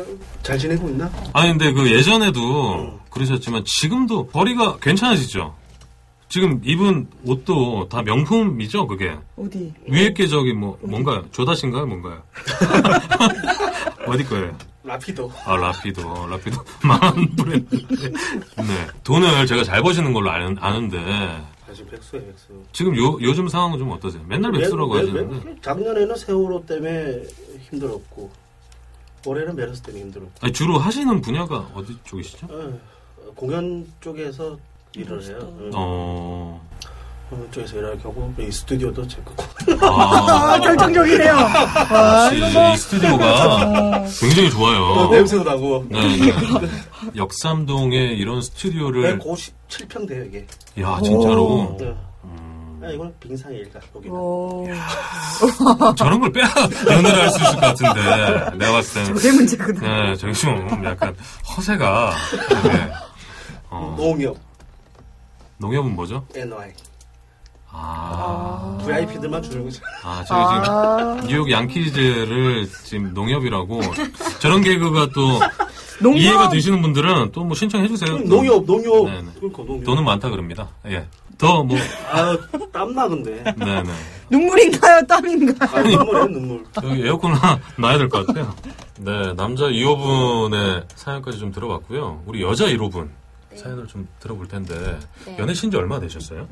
[SPEAKER 4] 잘 지내고 있나?
[SPEAKER 1] 아니 근데 그
[SPEAKER 4] 어.
[SPEAKER 1] 예전에도 그러셨지만 지금도 거리가 괜찮으시죠? 지금 입은 옷도 다 명품이죠, 그게.
[SPEAKER 2] 어디?
[SPEAKER 1] 위에 게 저기 뭐 뭔가요? 조다신가요, 뭔가요? 어디 거예요?
[SPEAKER 4] 라피도.
[SPEAKER 1] 아 라피도, 라피도 망한 브랜드. 네, 돈을 제가 잘 버시는 걸로 아는, 아는데
[SPEAKER 4] 아 지금 백수야 백수.
[SPEAKER 1] 지금 요 요즘 상황은 좀 어떠세요? 맨날 백수라고
[SPEAKER 4] 왜- 왜-
[SPEAKER 1] 하시는데
[SPEAKER 4] 왜- 작년에는 세월호 때문에 힘들었고 올해는 메르스 때문에 힘들었고
[SPEAKER 1] 아니, 주로 하시는 분야가 어디 쪽이시죠?
[SPEAKER 4] 어, 공연 쪽에서 일을 해요.
[SPEAKER 5] 멋있다.
[SPEAKER 4] 어.
[SPEAKER 1] 어.
[SPEAKER 4] 공연 쪽에서 일할 경우 이 스튜디오도 제 거고
[SPEAKER 1] 아,
[SPEAKER 2] 아, 결정적이네요. 아,
[SPEAKER 1] 역시
[SPEAKER 2] 이거 뭐.
[SPEAKER 1] 이 스튜디오가 굉장히 좋아요.
[SPEAKER 4] 어, 냄새도 나고
[SPEAKER 1] 어? 네, 네. 역삼동에 이런
[SPEAKER 4] 네,
[SPEAKER 1] 스튜디오를
[SPEAKER 4] 157평 그 돼요 이게.
[SPEAKER 1] 야 진짜로
[SPEAKER 3] 오.
[SPEAKER 4] 네.
[SPEAKER 1] 어. 음,
[SPEAKER 4] 아, 이건 빙상의 일가 여기.
[SPEAKER 1] 어.
[SPEAKER 5] 어.
[SPEAKER 2] 오,
[SPEAKER 1] 저런 걸 빼야 연애를 할 수 있을 것 같은데 내가 봤을 때는
[SPEAKER 2] 그게 문제구나.
[SPEAKER 1] 네, 저기 좀 약간 허세가 네. 어,
[SPEAKER 4] 농협
[SPEAKER 1] 농협은 뭐죠?
[SPEAKER 4] NY
[SPEAKER 1] 아,
[SPEAKER 4] VIP들만 주는 거죠.
[SPEAKER 1] 아 저기 지금
[SPEAKER 2] 아,
[SPEAKER 1] 뉴욕 양키즈를 지금 농협이라고 저런 개그가 또
[SPEAKER 2] 농협.
[SPEAKER 1] 이해가 되시는 분들은 또 뭐 신청해 주세요.
[SPEAKER 4] 농협 농협.
[SPEAKER 1] 네, 네.
[SPEAKER 4] 그러니까 농협.
[SPEAKER 1] 돈은 많다 그럽니다. 예. 더 뭐,
[SPEAKER 4] 아땀 나는데.
[SPEAKER 1] 네네.
[SPEAKER 2] 눈물인가요, 땀인가?
[SPEAKER 4] 아, 눈물이에요 눈물.
[SPEAKER 1] 저기 에어컨 하나 놔야 될 것 같아요. 네, 남자 2호분의 사연까지 좀 들어봤고요. 우리 여자 1호분
[SPEAKER 5] 네.
[SPEAKER 1] 사연을 좀 들어볼 텐데,
[SPEAKER 5] 네.
[SPEAKER 1] 연애신 지 얼마 되셨어요?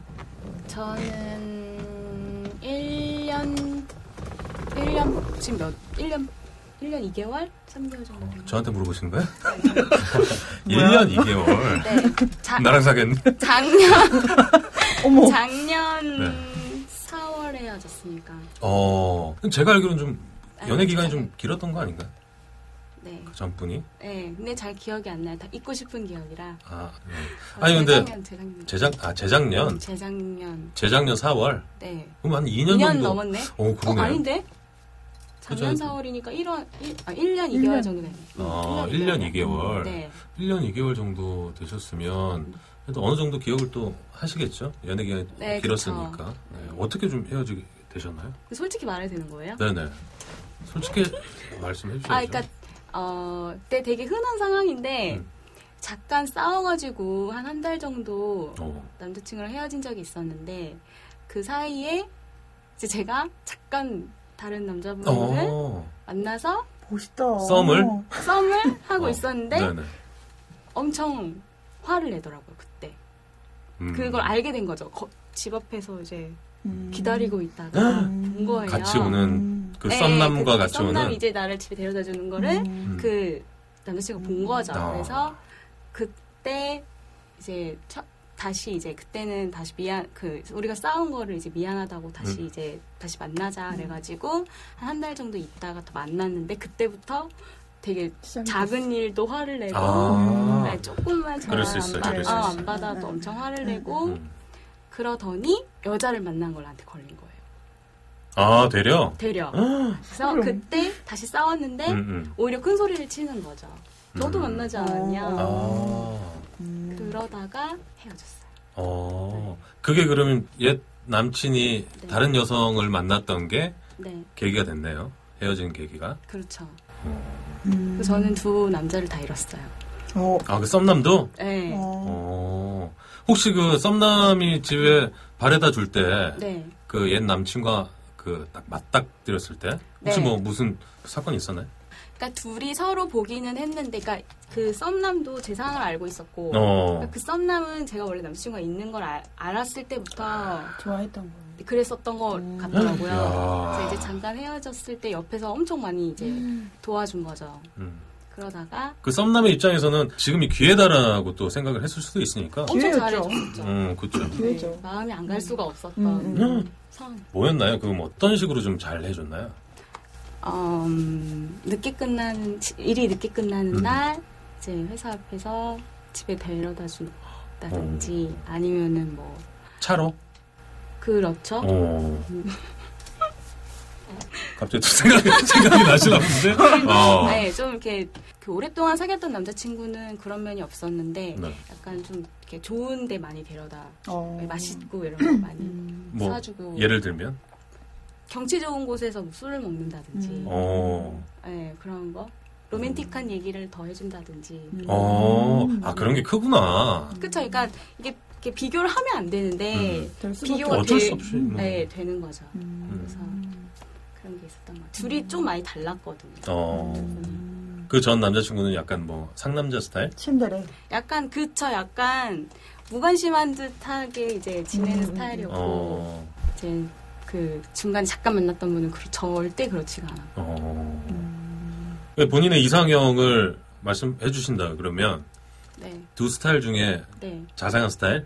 [SPEAKER 5] 저는 1년 1년 지금 몇 1년 1년 2개월 3개월 정도 됐나요?
[SPEAKER 1] 저한테 물어보시는 거예요? 1년 2개월.
[SPEAKER 5] 네. 자,
[SPEAKER 1] 나랑 사겠네?
[SPEAKER 5] 작년
[SPEAKER 2] 어머.
[SPEAKER 5] 작년
[SPEAKER 1] 네.
[SPEAKER 5] 4월에 헤어졌으니까.
[SPEAKER 1] 어, 제가 알기로는 좀 연애
[SPEAKER 5] 아니,
[SPEAKER 1] 기간이
[SPEAKER 5] 잘-
[SPEAKER 1] 좀 길었던 거 아닌가요?
[SPEAKER 5] 네.
[SPEAKER 1] 그 전분이?
[SPEAKER 5] 네. 근데 잘 기억이 안 나요. 다 잊고 싶은 기억이라. 어,
[SPEAKER 1] 아, 네. 아니, 근데
[SPEAKER 5] 재작년, 재작년.
[SPEAKER 1] 재작, 아, 재작년?
[SPEAKER 5] 재작년.
[SPEAKER 1] 재작년 4월?
[SPEAKER 5] 네.
[SPEAKER 1] 그럼 한 2년
[SPEAKER 5] 2년,
[SPEAKER 1] 정도?
[SPEAKER 5] 넘었네.
[SPEAKER 1] 어,
[SPEAKER 5] 어,
[SPEAKER 1] 그러네.
[SPEAKER 5] 아닌데? 작년
[SPEAKER 1] 그죠?
[SPEAKER 5] 4월이니까 1월, 1, 아, 1년 2개월 정도 됐네.
[SPEAKER 1] 아, 1년 2개월.
[SPEAKER 5] 네.
[SPEAKER 1] 1년 2개월 정도 되셨으면 그래도 어느 정도 기억을 또 하시겠죠? 연애 기간이
[SPEAKER 5] 네,
[SPEAKER 1] 길었으니까. 네, 어떻게 좀 헤어지게 되셨나요?
[SPEAKER 5] 그 솔직히 말해도 되는 거예요?
[SPEAKER 1] 네네. 솔직히 말씀해 주셔야죠.
[SPEAKER 5] 아, 그러니까 어, 그때 되게 흔한 상황인데
[SPEAKER 1] 음.
[SPEAKER 5] 잠깐 싸워가지고 한 한 달 정도
[SPEAKER 1] 어.
[SPEAKER 5] 남자친구랑 헤어진 적이 있었는데 그 사이에 이제 제가 잠깐 다른 남자분을
[SPEAKER 1] 어.
[SPEAKER 5] 만나서
[SPEAKER 2] 멋있다.
[SPEAKER 1] 썸을?
[SPEAKER 5] 썸을 하고
[SPEAKER 1] 어.
[SPEAKER 5] 있었는데
[SPEAKER 1] 네네.
[SPEAKER 5] 엄청 화를 내더라고요 그때
[SPEAKER 1] 음.
[SPEAKER 5] 그걸 알게 된 거죠 거- 집 앞에서 이제
[SPEAKER 2] 음.
[SPEAKER 5] 기다리고 있다가 본 거예요
[SPEAKER 1] 같이 오는
[SPEAKER 2] 음.
[SPEAKER 1] 그
[SPEAKER 5] 네,
[SPEAKER 1] 썸남과
[SPEAKER 5] 그
[SPEAKER 1] 같이
[SPEAKER 5] 썸남
[SPEAKER 1] 오는
[SPEAKER 5] 이제 나를 집에 데려다 주는 거를
[SPEAKER 2] 음.
[SPEAKER 5] 그 남자친구가 본 거죠.
[SPEAKER 1] 아.
[SPEAKER 5] 그래서 그때 이제 첫- 다시 이제 그때는 다시 미안 그 우리가 싸운 거를 이제 미안하다고 다시
[SPEAKER 1] 음.
[SPEAKER 5] 이제 다시 만나자 그래가지고 한 달 정도 있다가 또 만났는데 그때부터 되게
[SPEAKER 2] 시작이
[SPEAKER 5] 작은 일도 화를 내고
[SPEAKER 1] 아.
[SPEAKER 5] 네, 조금만
[SPEAKER 1] 그럴 수 있어요. 그럴 수
[SPEAKER 5] 어,
[SPEAKER 1] 있어요.
[SPEAKER 5] 안 받아도 엄청 화를 내고
[SPEAKER 1] 음.
[SPEAKER 5] 그러더니 여자를 만난 걸 나한테 걸린 거예요.
[SPEAKER 1] 아 되려.
[SPEAKER 5] 되려. 그래서
[SPEAKER 2] 소름.
[SPEAKER 5] 그때 다시 싸웠는데
[SPEAKER 1] 음, 음.
[SPEAKER 5] 오히려 큰 소리를 치는 거죠. 너도
[SPEAKER 1] 음.
[SPEAKER 5] 만나지 않았냐.
[SPEAKER 2] 어.
[SPEAKER 1] 아.
[SPEAKER 2] 음.
[SPEAKER 5] 그러다가 헤어졌어요.
[SPEAKER 1] 어. 그게 그러면 옛 남친이
[SPEAKER 5] 네.
[SPEAKER 1] 다른 여성을 만났던 게
[SPEAKER 5] 네,
[SPEAKER 1] 계기가 됐네요. 헤어진 계기가.
[SPEAKER 5] 그렇죠.
[SPEAKER 2] 음.
[SPEAKER 5] 그래서 저는 두 남자를 다 잃었어요.
[SPEAKER 2] 어.
[SPEAKER 1] 아 그 썸남도
[SPEAKER 5] 네,
[SPEAKER 2] 어.
[SPEAKER 1] 어, 혹시 그 썸남이 집에 바래다 줄 때 그 옛
[SPEAKER 5] 네.
[SPEAKER 1] 남친과 그 딱 맞닥뜨렸을 때 혹시
[SPEAKER 5] 네.
[SPEAKER 1] 뭐 무슨 사건이 있었나요?
[SPEAKER 5] 그러니까 둘이 서로 보기는 했는데, 그러니까 그 썸남도 제 상황을 알고 있었고,
[SPEAKER 1] 어.
[SPEAKER 5] 그러니까 그 썸남은 제가 원래 남친과 있는 걸 아, 알- 알았을 때부터
[SPEAKER 2] 좋아했던 거.
[SPEAKER 5] 그랬었던 것
[SPEAKER 2] 음.
[SPEAKER 5] 같더라고요.
[SPEAKER 1] 야.
[SPEAKER 5] 그래서 이제 잠깐 헤어졌을 때 옆에서 엄청 많이 이제 도와준 거죠.
[SPEAKER 1] 음.
[SPEAKER 5] 그러다가
[SPEAKER 1] 그 썸남의 입장에서는 지금이 기회다라고 또 생각을 했을 수도 있으니까.
[SPEAKER 5] 엄청
[SPEAKER 2] 기회였죠.
[SPEAKER 5] 잘해줬었죠.
[SPEAKER 1] 음, 그렇죠.
[SPEAKER 2] 기회죠.
[SPEAKER 5] 네, 마음이 안 갈 수가 없었던
[SPEAKER 2] 음,
[SPEAKER 1] 음.
[SPEAKER 5] 상황.
[SPEAKER 1] 뭐였나요? 그럼 어떤 식으로 좀 잘 해줬나요?
[SPEAKER 5] 어, 음, 늦게 끝나는 지- 일이 늦게 끝나는
[SPEAKER 1] 음.
[SPEAKER 5] 날 이제 회사 앞에서 집에 데려다
[SPEAKER 1] 어.
[SPEAKER 5] 준다든지 아니면은 뭐
[SPEAKER 1] 차로?
[SPEAKER 5] 그렇죠.
[SPEAKER 1] 어. 갑자기 또 생각이, 생각이 나시나 본데? 어.
[SPEAKER 5] 네, 좀 이렇게 그 오랫동안 사귀었던 남자친구는 그런 면이 없었는데
[SPEAKER 1] 네.
[SPEAKER 5] 약간 좀 이렇게 좋은데 많이 데려다
[SPEAKER 2] 어.
[SPEAKER 5] 맛있고 이런 거 많이
[SPEAKER 2] 음.
[SPEAKER 1] 음. 뭐,
[SPEAKER 5] 사주고
[SPEAKER 1] 예를 들면?
[SPEAKER 5] 경치 좋은 곳에서 뭐 술을 먹는다든지
[SPEAKER 2] 음.
[SPEAKER 1] 어.
[SPEAKER 5] 네, 그런 거
[SPEAKER 1] 음.
[SPEAKER 5] 로맨틱한 얘기를 더 해준다든지
[SPEAKER 1] 어,
[SPEAKER 2] 음.
[SPEAKER 1] 아, 그런 게 크구나.
[SPEAKER 5] 그쵸? 그러니까 이게, 이게 비교를 하면 안 되는데
[SPEAKER 1] 음.
[SPEAKER 2] 될 수밖에
[SPEAKER 5] 비교가
[SPEAKER 1] 어쩔
[SPEAKER 5] 되-
[SPEAKER 1] 수 없이. 뭐.
[SPEAKER 5] 네, 되는 거죠.
[SPEAKER 2] 음.
[SPEAKER 5] 그래서 그런 게 있었던 것 같아요. 둘이 좀 많이 달랐거든요.
[SPEAKER 1] 어,
[SPEAKER 2] 음.
[SPEAKER 1] 그 전 남자친구는 약간 뭐, 상남자 스타일?
[SPEAKER 2] 침대래.
[SPEAKER 5] 약간 그쵸, 약간 무관심한 듯하게 이제 지내는
[SPEAKER 2] 음.
[SPEAKER 5] 스타일이었고
[SPEAKER 1] 어,
[SPEAKER 5] 이제 그 중간 잠깐 만났던 분은 그- 절대 그렇지가 않아.
[SPEAKER 1] 어.
[SPEAKER 2] 음.
[SPEAKER 1] 본인의 이상형을 말씀해 주신다 그러면
[SPEAKER 5] 네,
[SPEAKER 1] 두 스타일 중에
[SPEAKER 5] 네.
[SPEAKER 1] 자상한 스타일?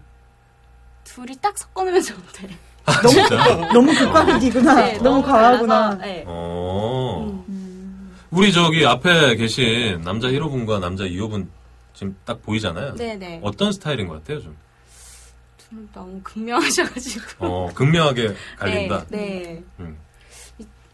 [SPEAKER 5] 둘이 딱 섞어내면 좋은데.
[SPEAKER 1] 아, 진짜?
[SPEAKER 2] 너무 극과극이구나.
[SPEAKER 5] 네,
[SPEAKER 2] 아, 너무
[SPEAKER 5] 달라서,
[SPEAKER 2] 과하구나.
[SPEAKER 5] 네.
[SPEAKER 1] 어.
[SPEAKER 5] 음.
[SPEAKER 1] 우리 저기 앞에 계신 남자 1호분과 남자 2호분 지금 딱 보이잖아요.
[SPEAKER 5] 네네.
[SPEAKER 1] 어떤 스타일인 것 같아요, 좀?
[SPEAKER 5] 둘 너무 극명하셔가지고.
[SPEAKER 1] 어, 극명하게 갈린다.
[SPEAKER 5] 네. 네.
[SPEAKER 1] 음.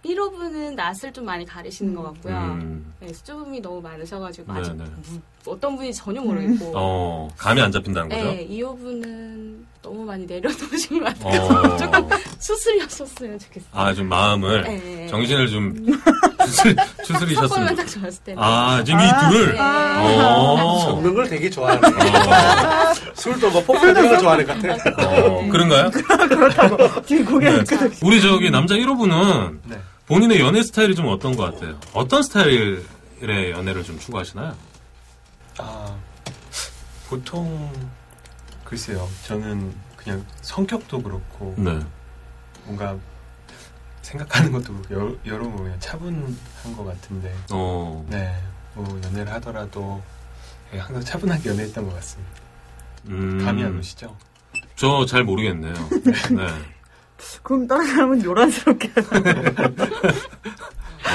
[SPEAKER 5] 1호분은 낯을 좀 많이 가리시는 것 같고요.
[SPEAKER 1] 음.
[SPEAKER 5] 네, 수줍음이 너무 많으셔가지고
[SPEAKER 1] 네,
[SPEAKER 5] 아직
[SPEAKER 1] 네.
[SPEAKER 5] 무- 어떤 분이 전혀 모르겠고.
[SPEAKER 1] 어, 감이 안 잡힌다는 거죠?
[SPEAKER 5] 네, 2호분은 너무 많이 내려놓으신 것 같아요.
[SPEAKER 1] 어,
[SPEAKER 5] 수술이었었으면 좋겠어요.
[SPEAKER 1] 아, 좀 마음을,
[SPEAKER 5] 네.
[SPEAKER 1] 정신을 좀 추스리,
[SPEAKER 5] 섞으면
[SPEAKER 1] 추스리셨습니다.
[SPEAKER 5] 딱 좋았을 텐데.
[SPEAKER 1] 아, 지금 이
[SPEAKER 2] 아,
[SPEAKER 1] 둘을?
[SPEAKER 5] 네. 아.
[SPEAKER 1] 어.
[SPEAKER 4] 먹는 걸 되게 좋아하네.
[SPEAKER 1] 어,
[SPEAKER 4] 술도 뭐 폭발하는 걸 좋아하는 것 같아.
[SPEAKER 1] 어, 그런가요? 네.
[SPEAKER 2] 지금 고개를 끄덕.
[SPEAKER 1] 우리 저기 남자 1호분은
[SPEAKER 4] 네.
[SPEAKER 1] 본인의 연애 스타일이 좀 어떤 것 같아요? 어떤 스타일의 연애를 좀 추구하시나요?
[SPEAKER 3] 아, 보통 글쎄요. 저는 그냥 성격도 그렇고
[SPEAKER 1] 네.
[SPEAKER 3] 뭔가 생각하는 것도 그렇고 여러, 여러모로 그냥 차분한 것 같은데
[SPEAKER 1] 어,
[SPEAKER 3] 네, 뭐 연애를 하더라도 예, 항상 차분하게 연애했던 것 같습니다.
[SPEAKER 1] 음,
[SPEAKER 3] 감이 안 오시죠?
[SPEAKER 1] 저 잘 모르겠네요. 네.
[SPEAKER 2] 그럼 다른 사람은 요란스럽게.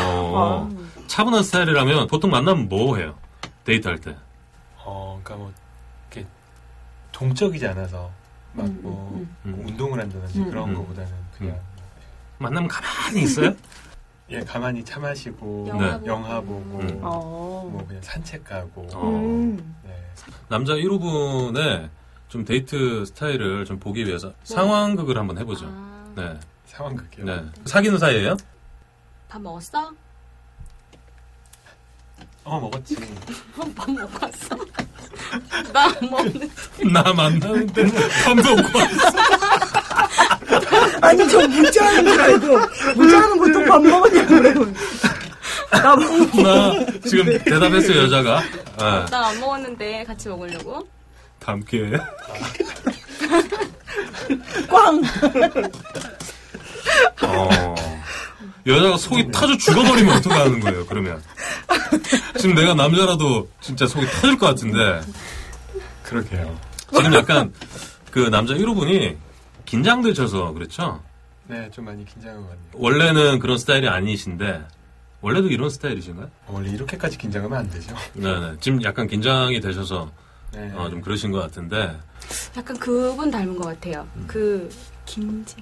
[SPEAKER 1] 어, 차분한 스타일이라면 보통 만나면 뭐 해요? 데이트할 때.
[SPEAKER 3] 어, 그러니까 뭐 이렇게 동적이지 않아서 막 뭐
[SPEAKER 1] 음.
[SPEAKER 3] 운동을 한다든지
[SPEAKER 2] 음,
[SPEAKER 3] 그런
[SPEAKER 1] 음.
[SPEAKER 3] 거보다는 그냥
[SPEAKER 1] 만나면 가만히 있어요?
[SPEAKER 3] 예 가만히 차 마시고
[SPEAKER 5] 영화
[SPEAKER 1] 네.
[SPEAKER 5] 보고.
[SPEAKER 3] 영화 보고
[SPEAKER 1] 음.
[SPEAKER 2] 어.
[SPEAKER 3] 뭐 그냥 산책 가고
[SPEAKER 1] 어.
[SPEAKER 2] 음.
[SPEAKER 3] 네.
[SPEAKER 1] 남자 1호분의 좀 데이트 스타일을 좀 보기 위해서 상황극을 한번 해보죠.
[SPEAKER 5] 아,
[SPEAKER 1] 네.
[SPEAKER 3] 상황극이요.
[SPEAKER 1] 네. 사귀는 사이에요?
[SPEAKER 5] 밥 먹었어?
[SPEAKER 3] 어 먹었지.
[SPEAKER 5] 밥 먹었어? 나 안 먹는.
[SPEAKER 1] 나 만나는데 밥도 없고
[SPEAKER 2] 아니 저 문자하는 줄 알고 문자하는 보통 밥 먹었냐고 그래요. 나 뭐, 먹.
[SPEAKER 1] 나 지금 대답했어요, 여자가. 네.
[SPEAKER 5] 나 안 먹었는데 같이 먹으려고.
[SPEAKER 1] 다음 기회에.
[SPEAKER 2] 꽝.
[SPEAKER 1] 어. 여자가 속이 타져 죽어버리면 어떡하는 거예요, 그러면. 지금 내가 남자라도 진짜 속이 터질 것 같은데,
[SPEAKER 3] 그러게요.
[SPEAKER 1] 지금 약간 그 남자 1호분이 긴장되셔서 그렇죠?
[SPEAKER 3] 네, 좀 많이 긴장한 것 같네요.
[SPEAKER 1] 원래는 그런 스타일이 아니신데, 원래도 이런 스타일이신가요?
[SPEAKER 3] 어, 원래 이렇게까지 긴장하면 안 되죠.
[SPEAKER 1] 네네. 지금 약간 긴장이 되셔서
[SPEAKER 3] 네.
[SPEAKER 1] 어, 좀 그러신 것 같은데.
[SPEAKER 5] 약간 그분 닮은 것 같아요.
[SPEAKER 1] 음.
[SPEAKER 5] 그 김지.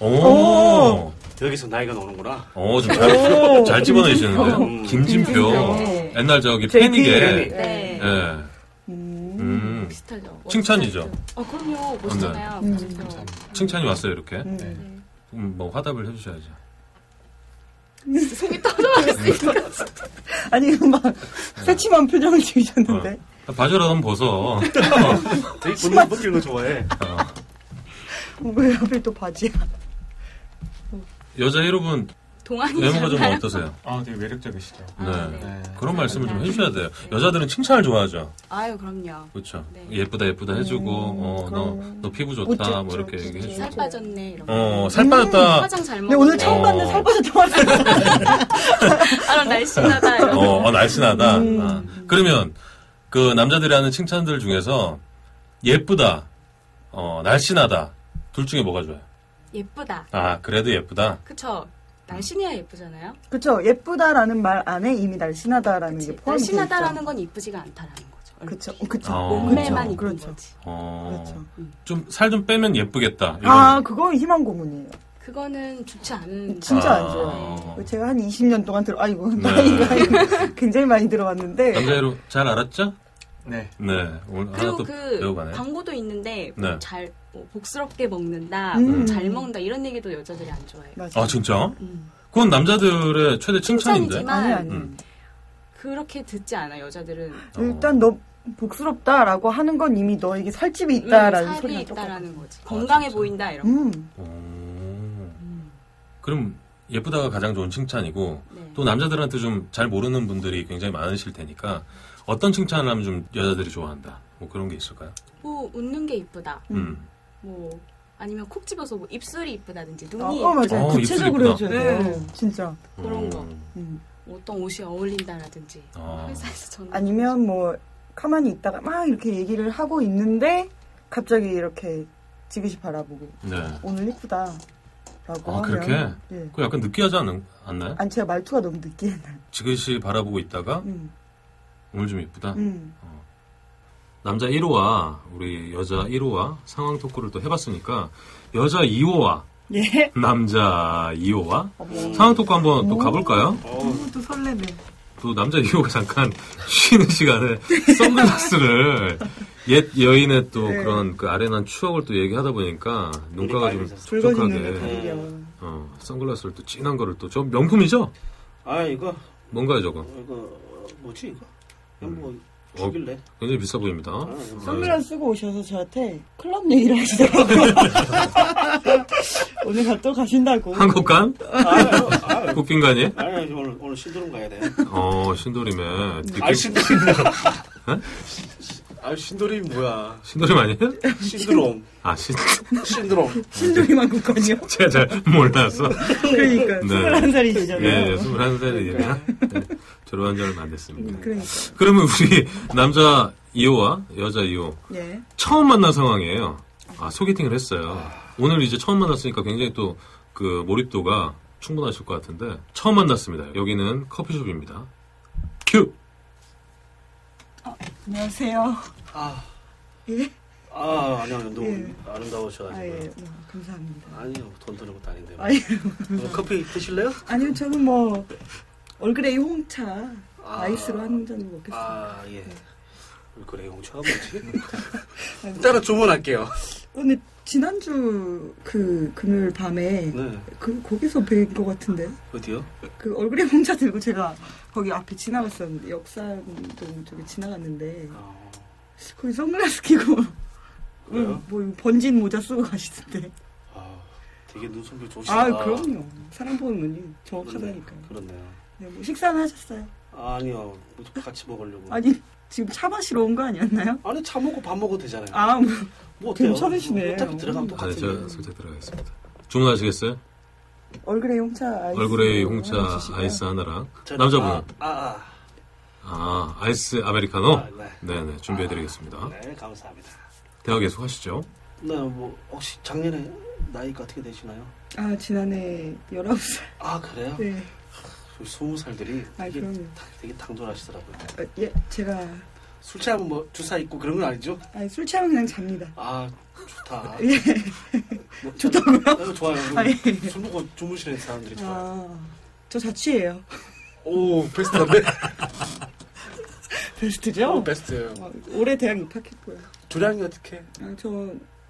[SPEAKER 1] 오!
[SPEAKER 4] 여기서 나이가 나오는구나.
[SPEAKER 1] 어, 좀 잘,
[SPEAKER 2] 오.
[SPEAKER 1] 잘 집어내시는데요?
[SPEAKER 4] 김진표.
[SPEAKER 1] 김진표.
[SPEAKER 5] 네.
[SPEAKER 1] 옛날 저기
[SPEAKER 2] JP.
[SPEAKER 1] 패닉에.
[SPEAKER 4] 패닉.
[SPEAKER 5] 네.
[SPEAKER 1] 예. 음.
[SPEAKER 5] 비슷하죠.
[SPEAKER 1] 칭찬이죠. 네.
[SPEAKER 5] 멋있죠? 어, 그럼요. 멋있잖아요.
[SPEAKER 2] 음.
[SPEAKER 5] 멋있죠.
[SPEAKER 3] 감사합니다.
[SPEAKER 1] 칭찬이 왔어요, 이렇게.
[SPEAKER 2] 음.
[SPEAKER 3] 네.
[SPEAKER 5] 네.
[SPEAKER 1] 음, 뭐 화답을 해주셔야죠.
[SPEAKER 5] 속이
[SPEAKER 1] 네,
[SPEAKER 5] 터져가겠으니까.
[SPEAKER 2] 아니 막 새침한 표정을 지으셨는데.
[SPEAKER 1] 바지라도 한번 벗어.
[SPEAKER 4] 되게 분노 느끼는 거 좋아해.
[SPEAKER 2] 어, 왜 하필 또 바지야?
[SPEAKER 1] 여자 1호분 외모가 뭐 좀
[SPEAKER 5] 동안이잖아요.
[SPEAKER 1] 어떠세요?
[SPEAKER 3] 아, 되게 매력적이시죠.
[SPEAKER 5] 아,
[SPEAKER 1] 네.
[SPEAKER 5] 네.
[SPEAKER 1] 그런 말씀을 좀 해주셔야 돼요. 여자들은 칭찬을 좋아하죠.
[SPEAKER 5] 아유, 그럼요.
[SPEAKER 1] 그렇죠.
[SPEAKER 5] 네.
[SPEAKER 1] 예쁘다 예쁘다 해주고 어, 너,
[SPEAKER 2] 그럼.
[SPEAKER 1] 너 피부 좋다
[SPEAKER 2] 우쭈쭈
[SPEAKER 1] 뭐 이렇게
[SPEAKER 2] 우쭈쭈.
[SPEAKER 1] 얘기해주고
[SPEAKER 5] 살 빠졌네. 이런
[SPEAKER 1] 어,
[SPEAKER 5] 거.
[SPEAKER 1] 살 빠졌다.
[SPEAKER 5] 화장 잘
[SPEAKER 2] 근데
[SPEAKER 5] 먹었네.
[SPEAKER 2] 오늘 처음
[SPEAKER 1] 어.
[SPEAKER 2] 봤는데 살 빠졌다고 하셨어.
[SPEAKER 5] 아, 난 날씬하다. 이런
[SPEAKER 1] 어,
[SPEAKER 5] 거.
[SPEAKER 1] 어, 날씬하다.
[SPEAKER 2] 음.
[SPEAKER 1] 아, 그러면 그 남자들이 하는 칭찬들 중에서 예쁘다, 어, 날씬하다 둘 중에 뭐가 좋아요?
[SPEAKER 5] 예쁘다.
[SPEAKER 1] 아 그래도 예쁘다.
[SPEAKER 5] 그쵸? 날씬해야 예쁘잖아요.
[SPEAKER 2] 그쵸 예쁘다라는 말 안에 이미 날씬하다라는
[SPEAKER 5] 그치?
[SPEAKER 2] 게 음, 포함이 돼 있죠.
[SPEAKER 5] 날씬하다라는 건 이쁘지가 않다라는 거죠. 얼굴.
[SPEAKER 2] 그쵸 어, 그쵸
[SPEAKER 1] 어,
[SPEAKER 5] 몸매만 이쁜
[SPEAKER 2] 그렇죠.
[SPEAKER 5] 거지.
[SPEAKER 1] 어,
[SPEAKER 2] 그렇죠.
[SPEAKER 1] 좀 살 좀 빼면 예쁘겠다. 이런.
[SPEAKER 2] 아 그건 희망 고문이에요.
[SPEAKER 5] 그거는 좋지 않은.
[SPEAKER 2] 진짜
[SPEAKER 1] 아.
[SPEAKER 2] 안 좋아요. 그 제가 한 20년 동안 들어 아이고
[SPEAKER 1] 네. 아,
[SPEAKER 2] 나이가 굉장히 많이 들어왔는데
[SPEAKER 1] 남자애로 잘 알았죠?
[SPEAKER 3] 네.
[SPEAKER 1] 네 오늘 하나
[SPEAKER 5] 네. 그리고
[SPEAKER 1] 또
[SPEAKER 5] 그
[SPEAKER 1] 배워가네.
[SPEAKER 5] 광고도 있는데
[SPEAKER 1] 네.
[SPEAKER 5] 잘 뭐, 복스럽게 먹는다,
[SPEAKER 2] 음. 네.
[SPEAKER 5] 뭐, 잘 먹는다 이런 얘기도 여자들이 안 좋아해요.
[SPEAKER 2] 맞아.
[SPEAKER 1] 아 진짜?
[SPEAKER 5] 음.
[SPEAKER 1] 그건 남자들의 최대 칭찬인데.
[SPEAKER 5] 칭찬이지만-
[SPEAKER 2] 아니 아니
[SPEAKER 1] 음.
[SPEAKER 5] 그렇게 듣지 않아 여자들은. 음,
[SPEAKER 2] 일단
[SPEAKER 1] 어.
[SPEAKER 2] 너 복스럽다라고 하는 건 이미 너에게 살집이
[SPEAKER 5] 음,
[SPEAKER 2] 있다라는
[SPEAKER 5] 살이
[SPEAKER 2] 소리랑 똑같아.
[SPEAKER 5] 있다라는 거지. 건강해
[SPEAKER 1] 진짜?
[SPEAKER 5] 보인다 이런. 거.
[SPEAKER 2] 음
[SPEAKER 1] 오.
[SPEAKER 5] 음.
[SPEAKER 1] 그럼 예쁘다가 가장 좋은 칭찬이고
[SPEAKER 5] 네.
[SPEAKER 1] 또 남자들한테 좀 잘 모르는 분들이 굉장히 많으실 테니까 어떤 칭찬을 하면 좀 여자들이 좋아한다. 뭐 그런 게 있을까요?
[SPEAKER 5] 뭐 웃는 게 이쁘다.
[SPEAKER 1] 음.
[SPEAKER 5] 뭐 아니면 콕 집어서 뭐 입술이 이쁘다든지
[SPEAKER 2] 아,
[SPEAKER 5] 눈이
[SPEAKER 2] 어, 맞아요.
[SPEAKER 1] 어,
[SPEAKER 2] 구체적으로
[SPEAKER 1] 입술이
[SPEAKER 2] 해줘야 돼요. 진짜.
[SPEAKER 5] 그런 거.
[SPEAKER 1] 음.
[SPEAKER 2] 음.
[SPEAKER 5] 어떤 옷이 어울린다라든지
[SPEAKER 1] 아.
[SPEAKER 5] 회사에서 저는
[SPEAKER 2] 아니면 뭐 가만히 있다가 막 이렇게 얘기를 하고 있는데 갑자기 이렇게 지그시 바라보고
[SPEAKER 1] 네.
[SPEAKER 2] 오늘 이쁘다라고
[SPEAKER 1] 아,
[SPEAKER 2] 하면
[SPEAKER 1] 그렇게?
[SPEAKER 2] 예.
[SPEAKER 1] 그 약간 느끼하지 않, 않나요?
[SPEAKER 2] 아니 제가 말투가 너무 느끼했나.
[SPEAKER 1] 지그시 바라보고 있다가
[SPEAKER 2] 음.
[SPEAKER 1] 오늘 좀 이쁘다.
[SPEAKER 2] 음.
[SPEAKER 1] 남자 1호와 우리 여자 1호와 상황 토크를 또 해봤으니까 여자 2호와
[SPEAKER 2] 예.
[SPEAKER 1] 남자 2호와
[SPEAKER 2] 어머.
[SPEAKER 1] 상황 토크 한번 또 가볼까요?
[SPEAKER 4] 어.
[SPEAKER 2] 너무 또 설레네.
[SPEAKER 1] 또 남자 2호가 잠깐 쉬는 시간에 선글라스를 옛 여인의 또
[SPEAKER 2] 네.
[SPEAKER 1] 그런 그 아련한 추억을 또 얘기하다 보니까 눈가가 좀
[SPEAKER 4] 빨개졌어.
[SPEAKER 2] 붉어지는
[SPEAKER 1] 촉촉하게
[SPEAKER 2] 다리려.
[SPEAKER 1] 어, 선글라스를 또 진한 거를 또 저 명품이죠?
[SPEAKER 4] 아 이거
[SPEAKER 1] 뭔가요 저거?
[SPEAKER 4] 이거 어, 뭐지 이거? 이거 뭐
[SPEAKER 1] 어,
[SPEAKER 4] 죽일래?
[SPEAKER 1] 굉장히 비싸 보입니다.
[SPEAKER 4] 아, 이거.
[SPEAKER 2] 선글라스 쓰고 오셔서 저한테 클럽 얘기를 하시더라고요. 오늘 가- 또 가신다고.
[SPEAKER 1] 한국간?
[SPEAKER 4] 아, 이거, 아, 이거.
[SPEAKER 1] 국빈간이?
[SPEAKER 4] 아, 이거 오늘 오늘 신도림 가야 돼.
[SPEAKER 1] 어, 신도림에. 느낌-
[SPEAKER 4] 아 신도림. 아 신도림 뭐야?
[SPEAKER 1] 신도림 아니에요?
[SPEAKER 4] 신드롬.
[SPEAKER 1] 아, 신,
[SPEAKER 4] 신드롬.
[SPEAKER 2] 신도림한 국건이요?
[SPEAKER 1] 제가 잘 몰라서.
[SPEAKER 2] 그러니까
[SPEAKER 1] 네.
[SPEAKER 2] 21살이시잖아요.
[SPEAKER 1] 예, 예, 21살이니까. 졸업한 지 얼마 안 됐습니다.
[SPEAKER 2] 그러니까.
[SPEAKER 1] 그러면 우리 남자 2호와 여자 2호.
[SPEAKER 2] 예.
[SPEAKER 1] 처음 만난 상황이에요. 아, 소개팅을 했어요. 오늘 이제 처음 만났으니까 굉장히 또 그 몰입도가 충분하실 것 같은데. 처음 만났습니다. 여기는 커피숍입니다. 큐!
[SPEAKER 2] 안녕하세요.
[SPEAKER 4] 아.
[SPEAKER 2] 예?
[SPEAKER 4] 아 아니요 아니요. 너무
[SPEAKER 2] 예. 아 예.
[SPEAKER 4] 아름다우셔가지고.
[SPEAKER 2] 뭐, 감사합니다.
[SPEAKER 4] 아니요 돈 드는 것도 아닌데. 뭐.
[SPEAKER 2] 아예.
[SPEAKER 4] 어, 커피 드실래요?
[SPEAKER 2] 아니요 저는 뭐 얼그레이 홍차 아이스로 한 잔 먹겠습니다.
[SPEAKER 4] 아 예. 그래 용차가 뭐지? 일단은 주문할게요.
[SPEAKER 2] 근데 지난주 그 금요일 밤에
[SPEAKER 4] 네
[SPEAKER 2] 그 거기서 뵌 것 같은데
[SPEAKER 4] 어디요?
[SPEAKER 2] 그 얼그레이 홍차 들고 제가 거기 앞에 지나갔었는데 역사동 쪽에 지나갔는데
[SPEAKER 4] 어,
[SPEAKER 2] 거기 선글라스 끼고
[SPEAKER 4] 그래요?
[SPEAKER 2] 뭐 번진 모자 쓰고 가시던데.
[SPEAKER 4] 아 되게 눈썹이 좋으시다.
[SPEAKER 2] 아 그럼요. 사람 보는 눈이 정확하다니까요.
[SPEAKER 4] 그렇네요.
[SPEAKER 2] 네, 뭐 식사는 하셨어요?
[SPEAKER 4] 아니요 같이 먹으려고. 아니
[SPEAKER 2] 아니 지금 차 마시러 온 거 아니었나요?
[SPEAKER 4] 차 먹고 밥 먹어도 되잖아요.
[SPEAKER 2] 아 뭐.
[SPEAKER 4] 뭐 어때요?
[SPEAKER 2] 괜찮으시네. 음.
[SPEAKER 4] 어차피
[SPEAKER 1] 아,
[SPEAKER 4] 들어가면
[SPEAKER 1] 네,
[SPEAKER 4] 똑같은데.
[SPEAKER 1] 제가 살짝 들어가겠습니다. 주문하시겠어요?
[SPEAKER 2] 얼그레이 홍차 아이스.
[SPEAKER 1] 얼그레이 홍차
[SPEAKER 2] 하나 음, 주시고요.
[SPEAKER 1] 아이스 하나랑.
[SPEAKER 4] 저-
[SPEAKER 1] 남자분.
[SPEAKER 4] 아, 아,
[SPEAKER 1] 아, 아이스
[SPEAKER 4] 아,
[SPEAKER 1] 아메리카노?
[SPEAKER 4] 아, 네.
[SPEAKER 1] 네네, 준비해드리겠습니다.
[SPEAKER 4] 네 감사합니다.
[SPEAKER 1] 대화 계속 하시죠.
[SPEAKER 4] 네, 뭐 혹시 작년에 나이가 어떻게 되시나요?
[SPEAKER 2] 아 지난해 19살.
[SPEAKER 4] 아 그래요?
[SPEAKER 2] 네.
[SPEAKER 4] 그 스무 살들이
[SPEAKER 2] 아
[SPEAKER 4] 되게,
[SPEAKER 2] 그럼요.
[SPEAKER 4] 되게 당돌하시더라고요.
[SPEAKER 2] 어, 예 제가
[SPEAKER 4] 술 취하면 뭐 주사 있고 그런 건 아니죠?
[SPEAKER 2] 아니, 술 취하면 그냥 잡니다.
[SPEAKER 4] 아 좋다.
[SPEAKER 2] 예.
[SPEAKER 4] 뭐,
[SPEAKER 2] 좋다고요?
[SPEAKER 4] 네, 좋아요.
[SPEAKER 2] 아, 예.
[SPEAKER 4] 술 먹고 주무시는 사람들이 좋아요.
[SPEAKER 2] 아저 자취예요.
[SPEAKER 4] 오 베스트인데?
[SPEAKER 2] 베스트죠?
[SPEAKER 4] 베스트예요.
[SPEAKER 2] 어, 올해 대학 입학했고요.
[SPEAKER 4] 주량이 어떻게?
[SPEAKER 2] 아, 저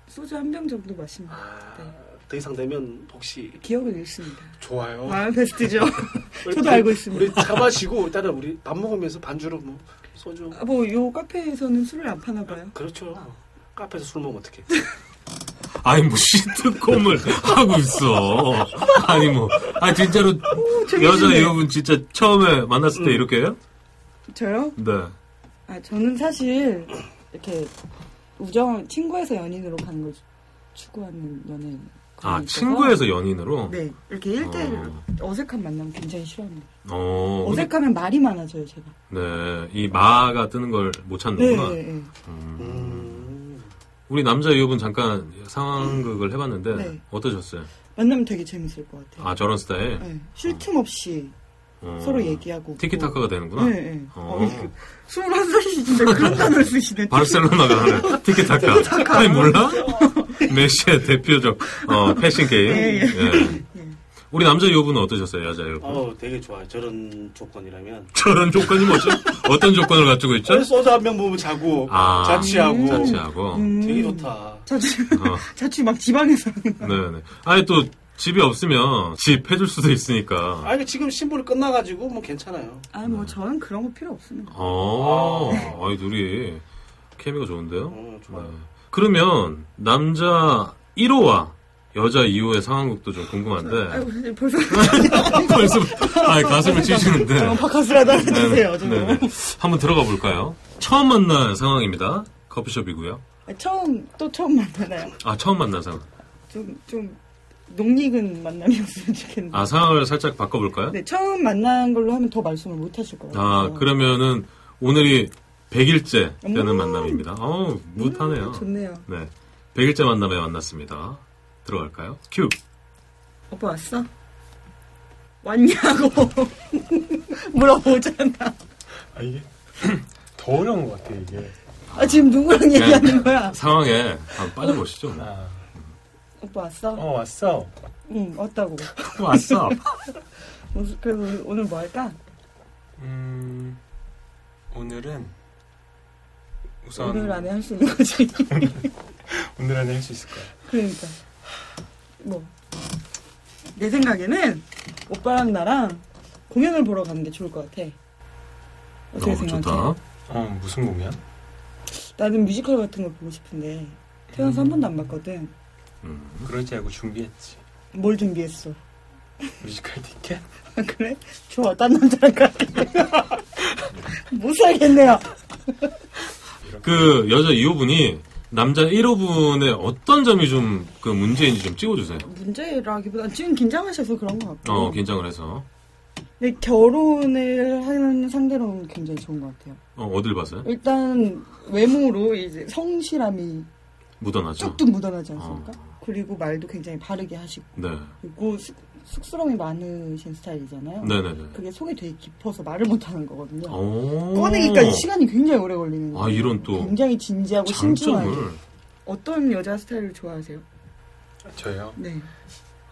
[SPEAKER 2] 소주 한 병 정도 마십니다.
[SPEAKER 4] 아,
[SPEAKER 2] 네.
[SPEAKER 4] 더 이상 되면 혹시
[SPEAKER 2] 기억을 잃습니다.
[SPEAKER 4] 좋아요.
[SPEAKER 1] 어.
[SPEAKER 2] 아 베스트죠. 저도 알고 있습니다.
[SPEAKER 4] 우리 차 마시고 일단은 우리 밥 먹으면서 반주로 뭐 소주.
[SPEAKER 2] 아, 뭐요 카페에서는 술을 안 파나 봐요.
[SPEAKER 4] 그렇죠. 카페에서 술 먹으면 어떡해.
[SPEAKER 1] 아니 뭐 시트콤을 하고 있어. 아니 뭐, 아 진짜로 여자
[SPEAKER 2] 어, 재밌는데.
[SPEAKER 1] 여러분 진짜 처음에 만났을 때
[SPEAKER 4] 음.
[SPEAKER 1] 이렇게요?
[SPEAKER 2] 저요?
[SPEAKER 1] 네.
[SPEAKER 2] 아 저는 사실 이렇게 우정 친구에서 연인으로 가는 걸 추구하는 연애.
[SPEAKER 1] 아 친구에서 연인으로.
[SPEAKER 2] 음, 네 이렇게 일대
[SPEAKER 1] 어.
[SPEAKER 2] 일 어색한 만남 굉장히 싫어합니다.
[SPEAKER 1] 어.
[SPEAKER 2] 어색하면 말이 많아져요 제가.
[SPEAKER 1] 네. 이 마가 뜨는 걸 못
[SPEAKER 2] 네,
[SPEAKER 1] 찾는구나.
[SPEAKER 2] 네, 네.
[SPEAKER 1] 음.
[SPEAKER 4] 음.
[SPEAKER 1] 우리 남자 여분 잠깐 상황극을 해봤는데
[SPEAKER 2] 네.
[SPEAKER 1] 어떠셨어요?
[SPEAKER 2] 만나면 되게 재밌을 것 같아요.
[SPEAKER 1] 아 저런 스타일.
[SPEAKER 2] 네, 쉴틈 없이
[SPEAKER 1] 어.
[SPEAKER 2] 서로 얘기하고.
[SPEAKER 1] 티키타카가 되는구나.
[SPEAKER 2] 네, 네.
[SPEAKER 1] 어.
[SPEAKER 2] 어. 21살이 진짜 그런 단어를 쓰시네.
[SPEAKER 1] 바르셀로나가 하는 티키타카. 아니 몰라?
[SPEAKER 2] 네.
[SPEAKER 1] 메시의 대표적 어, 패션 게임.
[SPEAKER 2] 예,
[SPEAKER 1] 예.
[SPEAKER 2] 예.
[SPEAKER 1] 우리 남자 여부는 어떠셨어요, 여자 여부?
[SPEAKER 4] 어, 되게 좋아요. 저런 조건이라면.
[SPEAKER 1] 저런 조건이 뭐죠? 어떤 조건을 가지고 있죠?
[SPEAKER 4] 저희 소주 한병 보면 자고
[SPEAKER 1] 아,
[SPEAKER 4] 자취하고
[SPEAKER 1] 자취하고.
[SPEAKER 2] 음.
[SPEAKER 4] 되게 좋다.
[SPEAKER 2] 자취,
[SPEAKER 1] 어,
[SPEAKER 2] 자취 막 지방에서.
[SPEAKER 1] 네네. 아니 또 집이 없으면 집 해줄 수도 있으니까.
[SPEAKER 4] 아 이게 지금 신부를 끝나가지고 뭐 괜찮아요.
[SPEAKER 2] 아, 뭐, 저는 그런 거 필요 없습니다.
[SPEAKER 1] 어, 아이 둘이 케미가 좋은데요.
[SPEAKER 4] 어,
[SPEAKER 1] 네.
[SPEAKER 4] 좋아요.
[SPEAKER 1] 그러면 남자 1호와 여자 2호의 상황극도 좀 궁금한데
[SPEAKER 2] 아이고, 선생님, 벌써.
[SPEAKER 1] 벌써부터 아 네. 가슴을 치시는데.
[SPEAKER 2] 저는 바카스라도 하나 주세요,
[SPEAKER 1] 네,
[SPEAKER 2] 지금.
[SPEAKER 1] 네, 네. 한번 들어가 볼까요? 처음 만난 상황입니다. 커피숍이고요.
[SPEAKER 2] 아, 처음, 또 처음 만나나요?
[SPEAKER 1] 아 처음 만난 상황.
[SPEAKER 2] 좀, 좀, 농익은 만남이었으면 좋겠는데.
[SPEAKER 1] 아, 상황을 살짝 바꿔볼까요?
[SPEAKER 2] 네, 처음 만난 걸로 하면 더 말씀을 못 하실 거예요.
[SPEAKER 1] 아, 그러면은 오늘이 100일째 되는
[SPEAKER 2] 음.
[SPEAKER 1] 만남입니다. 어우, 무하네요
[SPEAKER 2] 좋네요.
[SPEAKER 1] 네. 100일째 만남에 만났습니다. 들어갈까요? 큐!
[SPEAKER 2] 오빠 왔어? 왔냐고 물어보잖아.
[SPEAKER 3] 아 이게 더 어려운 것 같아 이게.
[SPEAKER 2] 아, 지금
[SPEAKER 1] 네.
[SPEAKER 2] 누구랑 얘기하는 거야?
[SPEAKER 1] 상황에 한번 빠져보시죠. 뭐.
[SPEAKER 3] 아,
[SPEAKER 2] 오빠 왔어?
[SPEAKER 3] 어 왔어.
[SPEAKER 2] 응, 왔다고.
[SPEAKER 1] 왔어!
[SPEAKER 2] 무슨- 그래서 우리 오늘 뭐 할까?
[SPEAKER 3] 음 오늘은 우선
[SPEAKER 2] 오늘 안에 할 수 있는 거지.
[SPEAKER 3] 오늘 안에 할 수 있을 거야.
[SPEAKER 2] 그러니까. 뭐. 내 생각에는 오빠랑 나랑 공연을 보러 가는 게 좋을 것 같아. 어떻게
[SPEAKER 1] 너무
[SPEAKER 2] 생각해?
[SPEAKER 1] 좋다.
[SPEAKER 3] 어 무슨 공연?
[SPEAKER 2] 나는 뮤지컬 같은 걸 보고 싶은데 태어나서 한 번도 안 봤거든.
[SPEAKER 1] 음.
[SPEAKER 3] 그러지 알고 준비했지.
[SPEAKER 2] 뭘 준비했어?
[SPEAKER 3] 뮤지컬 티켓?
[SPEAKER 2] 아, 그래? 좋아, 딴 남자랑 갈게. 못 살겠네요.
[SPEAKER 1] 그 여자 2호분이 남자 1호분의 어떤 점이 좀 그 문제인지 좀 찍어주세요.
[SPEAKER 2] 문제라기보단 지금 긴장하셔서 그런 것 같고.
[SPEAKER 1] 어, 긴장을 해서.
[SPEAKER 2] 근데 결혼을 하는 상대로는 굉장히 좋은 것 같아요.
[SPEAKER 1] 어, 어딜 봐서요?
[SPEAKER 2] 일단 외모로 이제 성실함이
[SPEAKER 1] 묻어나죠?
[SPEAKER 2] 쭉쭉 묻어나지 않습니까? 그리고 말도 굉장히 바르게 하시고
[SPEAKER 1] 네.
[SPEAKER 2] 그리고 쑥, 쑥스러움이 많으신 스타일이잖아요.
[SPEAKER 1] 네네네.
[SPEAKER 2] 그게 속이 되게 깊어서 말을 못하는 거거든요.
[SPEAKER 1] 오.
[SPEAKER 2] 꺼내기까지 시간이 굉장히 오래 걸리는 거예요.
[SPEAKER 1] 아, 이런 또
[SPEAKER 2] 굉장히 진지하고 신중하게.
[SPEAKER 1] 장점을.
[SPEAKER 2] 어떤 여자 스타일을 좋아하세요?
[SPEAKER 3] 저요.
[SPEAKER 2] 네.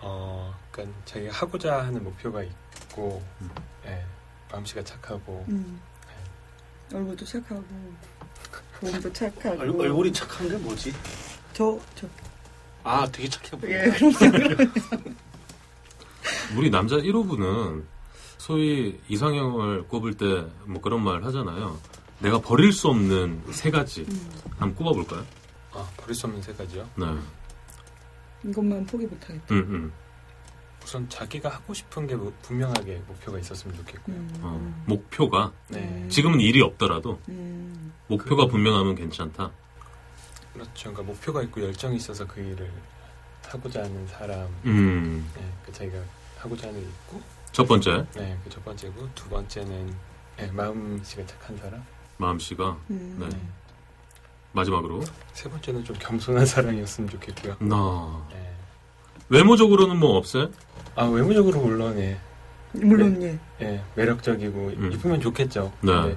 [SPEAKER 3] 어, 그러니까 자기가 하고자 하는 목표가 있고,
[SPEAKER 1] 음.
[SPEAKER 3] 예, 마음씨가 착하고,
[SPEAKER 2] 음. 얼굴도 착하고 몸도 착하고
[SPEAKER 4] 얼, 얼굴이 착한 게 뭐지?
[SPEAKER 2] 저, 저
[SPEAKER 4] 아, 되게 착해 보여.
[SPEAKER 2] 예, 그럼요.
[SPEAKER 1] 우리 남자 1호분은 소위 이상형을 꼽을 때 뭐 그런 말 하잖아요. 내가 버릴 수 없는 세 가지.
[SPEAKER 2] 음.
[SPEAKER 1] 한번 꼽아볼까요?
[SPEAKER 3] 아, 버릴 수 없는 세 가지요.
[SPEAKER 1] 네.
[SPEAKER 2] 이것만 포기 못하겠다.
[SPEAKER 1] 음, 음.
[SPEAKER 3] 우선 자기가 하고 싶은 게 뭐- 분명하게 목표가 있었으면 좋겠고요.
[SPEAKER 2] 음.
[SPEAKER 1] 어, 목표가.
[SPEAKER 3] 네,
[SPEAKER 1] 지금은 일이 없더라도
[SPEAKER 2] 음.
[SPEAKER 1] 목표가 분명하면 괜찮다.
[SPEAKER 3] 그렇죠. 그러니까 목표가 있고 열정이 있어서 그 일을 하고자 하는 사람,
[SPEAKER 1] 음.
[SPEAKER 3] 네, 그 자기가 하고자 하는 일 있고,
[SPEAKER 1] 첫 번째,
[SPEAKER 3] 네, 그 첫 번째고, 두 번째는 네, 마음씨가 착한 사람,
[SPEAKER 1] 마음씨가.
[SPEAKER 2] 음.
[SPEAKER 1] 네.
[SPEAKER 3] 네.
[SPEAKER 1] 마지막으로.
[SPEAKER 3] 세 번째는 좀 겸손한 사람이었으면 좋겠고요.
[SPEAKER 1] 나.
[SPEAKER 3] 네.
[SPEAKER 1] 외모적으로는 뭐 없어요?
[SPEAKER 3] 아, 외모적으로 물론, 예,
[SPEAKER 1] 네.
[SPEAKER 2] 물론 예.
[SPEAKER 3] 예, 매력적이고
[SPEAKER 1] 음.
[SPEAKER 3] 이쁘면 좋겠죠.
[SPEAKER 1] 네.
[SPEAKER 3] 근데,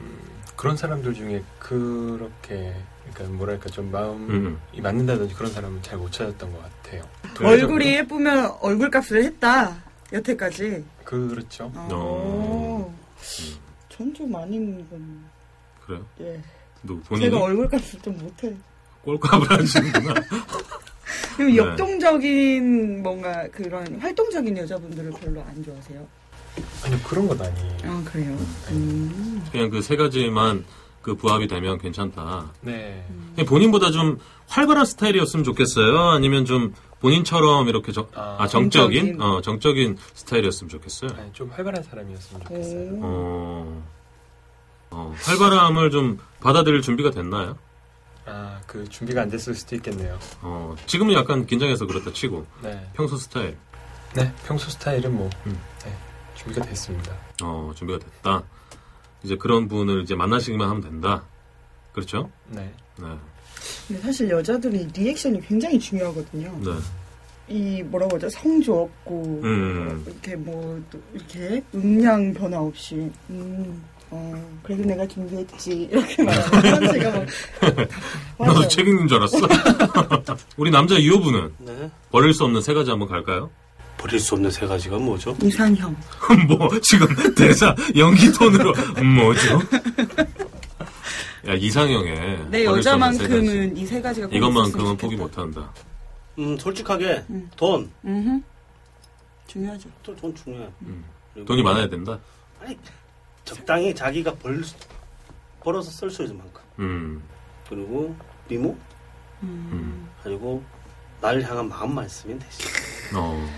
[SPEAKER 3] 음, 그런 사람들 중에 그렇게 그러니까 뭐랄까 좀 마음이
[SPEAKER 1] 음.
[SPEAKER 3] 맞는다든지 그런 사람은 잘 못 찾았던 것 같아요.
[SPEAKER 2] 음. 얼굴이 예쁘면 얼굴값을 했다. 여태까지.
[SPEAKER 3] 그렇죠.
[SPEAKER 1] 어.
[SPEAKER 2] 전좀 아닌 건
[SPEAKER 1] 그래요?
[SPEAKER 2] 예.
[SPEAKER 1] 너 본인이
[SPEAKER 2] 제가 얼굴값을 좀 못해.
[SPEAKER 1] 꼴값을 하시는구나.
[SPEAKER 2] 그리고
[SPEAKER 1] 네.
[SPEAKER 2] 역동적인 뭔가 그런 활동적인 여자분들을 별로 안 좋아하세요.
[SPEAKER 3] 아니요 그런 건 아니에요.
[SPEAKER 2] 아 그래요.
[SPEAKER 1] 그냥 그 세 가지만 그 부합이 되면 괜찮다.
[SPEAKER 3] 네.
[SPEAKER 1] 그냥 본인보다 좀 활발한 스타일이었으면 좋겠어요. 아니면 좀 본인처럼 이렇게 정,
[SPEAKER 3] 아,
[SPEAKER 1] 아, 정적인
[SPEAKER 2] 정적인.
[SPEAKER 1] 어, 정적인 스타일이었으면 좋겠어요.
[SPEAKER 3] 아니, 좀 활발한 사람이었으면 좋겠어요.
[SPEAKER 2] 오.
[SPEAKER 1] 어, 어, 활발함을 좀 받아들일 준비가 됐나요?
[SPEAKER 3] 아, 그 준비가 안 됐을 수도 있겠네요.
[SPEAKER 1] 어, 지금은 약간 긴장해서 그렇다 치고
[SPEAKER 3] 네.
[SPEAKER 1] 평소 스타일
[SPEAKER 3] 네, 평소 스타일은 뭐
[SPEAKER 1] 음.
[SPEAKER 3] 네, 준비가 됐습니다.
[SPEAKER 1] 어, 준비가 됐다. 이제 그런 분을 이제 만나시기만 하면 된다. 그렇죠?
[SPEAKER 3] 네.
[SPEAKER 1] 네,
[SPEAKER 2] 근데 사실 여자들이 리액션이 굉장히 중요하거든요.
[SPEAKER 1] 네,
[SPEAKER 2] 이 뭐라고 하죠? 성조 없고
[SPEAKER 1] 음.
[SPEAKER 2] 이렇게 뭐 또 이렇게 음량 변화 없이 음. 어, 그래도 내가 준비했지. 이렇게 말하면 제가 막
[SPEAKER 1] 나도 책 읽는 줄 알았어. 우리 남자 이호분은
[SPEAKER 4] 네.
[SPEAKER 1] 버릴 수 없는 세 가지 한번 갈까요?
[SPEAKER 4] 버릴 수 없는 세 가지가 뭐죠?
[SPEAKER 2] 이상형.
[SPEAKER 1] 뭐 지금 대사 연기 톤으로 음, 뭐죠? 야 이상형에
[SPEAKER 2] 내
[SPEAKER 1] 버릴 수 없는 세 가지.
[SPEAKER 2] 여자만큼은 네, 이 세 가지가 꼭
[SPEAKER 1] 이것만큼은
[SPEAKER 2] 있었으면
[SPEAKER 1] 포기
[SPEAKER 2] 좋겠다.
[SPEAKER 1] 못한다.
[SPEAKER 4] 음, 솔직하게
[SPEAKER 2] 음.
[SPEAKER 4] 돈.
[SPEAKER 2] 음흠. 중요하죠.
[SPEAKER 4] 또 돈 중요해.
[SPEAKER 1] 음.
[SPEAKER 4] 그리고
[SPEAKER 1] 돈이 많아야 된다.
[SPEAKER 4] 아니, 적당히 자기가 벌, 수- 벌어서 쓸 수 있는 만큼.
[SPEAKER 1] 음,
[SPEAKER 4] 그리고 미모?
[SPEAKER 1] 음.
[SPEAKER 4] 그리고 나를 향한 마음만 있으면 되지.
[SPEAKER 1] 어,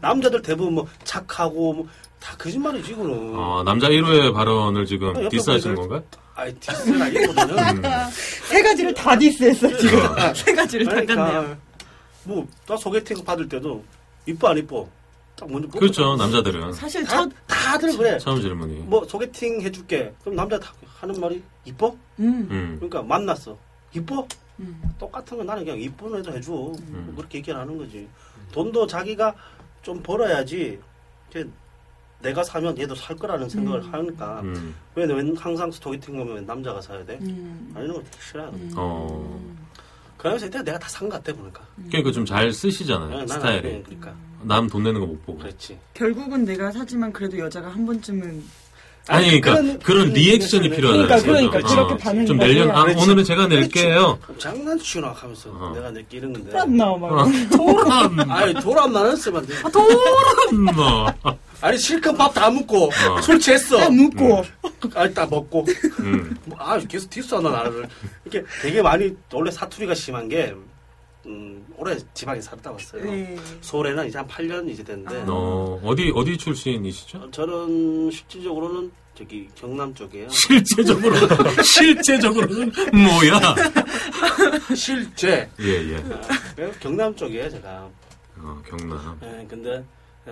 [SPEAKER 4] 남자들 대부분 뭐 착하고 뭐 다 거짓말이지 그럼.
[SPEAKER 1] 어, 남자 1호의 발언을 지금
[SPEAKER 4] 옆에
[SPEAKER 1] 디스하시는
[SPEAKER 4] 보니까
[SPEAKER 1] 건가?
[SPEAKER 4] 아니 디스는
[SPEAKER 2] 음.
[SPEAKER 4] 아니거든요.
[SPEAKER 1] 음.
[SPEAKER 2] 세 가지를 다 디스했어, 지금. 세 가지를 다
[SPEAKER 4] 그러니까
[SPEAKER 2] 깠네요.
[SPEAKER 4] 뭐 나 소개팅 받을 때도 이뻐 안 이뻐 딱 먼저 뽑고
[SPEAKER 1] 그렇죠, 남자들은.
[SPEAKER 2] 사실
[SPEAKER 4] 다,
[SPEAKER 2] 첫,
[SPEAKER 4] 다들 그래
[SPEAKER 1] 처음 질문이.
[SPEAKER 4] 뭐 소개팅 해줄게 그럼 남자 다 하는 말이 이뻐
[SPEAKER 2] 음,
[SPEAKER 1] 음.
[SPEAKER 4] 그러니까 만났어 이뻐
[SPEAKER 2] 음.
[SPEAKER 4] 똑같은 건 나는 그냥 이쁜 애도 해줘
[SPEAKER 1] 음.
[SPEAKER 4] 뭐 그렇게 얘기를 하는 거지 돈도 자기가 좀 벌어야지 이제 내가 사면 얘도 살 거라는 생각을
[SPEAKER 2] 음.
[SPEAKER 4] 하니까
[SPEAKER 1] 음.
[SPEAKER 4] 왜, 왜 항상 소개팅 가면 왜 남자가 사야 돼?
[SPEAKER 2] 음.
[SPEAKER 4] 아니 이런 거 되게 싫어요
[SPEAKER 1] 어.
[SPEAKER 4] 그러면서 일단 내가 다 산 것 같아 보니까
[SPEAKER 1] 그러니까 좀 잘 쓰시잖아요,
[SPEAKER 4] 나는
[SPEAKER 1] 스타일이.
[SPEAKER 4] 그러니까
[SPEAKER 2] 음.
[SPEAKER 1] 남 돈 내는 거 못 보고.
[SPEAKER 4] 그렇지
[SPEAKER 2] 결국은 내가 사지만 그래도 여자가 한 번쯤은
[SPEAKER 1] 아니, 그러니까 그런, 리액션이 필요하다는
[SPEAKER 2] 그러니까,
[SPEAKER 1] 거죠.
[SPEAKER 2] 그러니까 그렇게 반응이
[SPEAKER 1] 좀 내려, 아,
[SPEAKER 4] 그렇지.
[SPEAKER 1] 오늘은 제가 낼게요.
[SPEAKER 4] 장난치나 하면서
[SPEAKER 1] 어.
[SPEAKER 4] 내가 낼게 이런 건데
[SPEAKER 2] 안 나와 막.
[SPEAKER 4] 아니 돌아 나는 쓰면 안 돼.
[SPEAKER 1] 음, 뭐.
[SPEAKER 4] 아니 실컷 밥 다 먹고 술 취했어
[SPEAKER 2] 딱 묻고
[SPEAKER 4] 아니 다 먹고
[SPEAKER 1] 음.
[SPEAKER 4] 뭐, 아 계속 디스하나 나를 이렇게 되게 많이 원래 사투리가 심한 게 음, 오래 지방에 살다 왔어요
[SPEAKER 2] 네.
[SPEAKER 4] 서울에는 이제 한 8년 이제 됐는데
[SPEAKER 1] 어, 어디, 어디 출신이시죠?
[SPEAKER 4] 어, 저는 실질적으로는 저기 경남 쪽이에요
[SPEAKER 1] 실제적으로, 실제적으로는 뭐야?
[SPEAKER 4] 실제
[SPEAKER 1] 예, 예.
[SPEAKER 4] 아, 경남 쪽이에요 제가
[SPEAKER 1] 어, 경남.
[SPEAKER 4] 예, 근데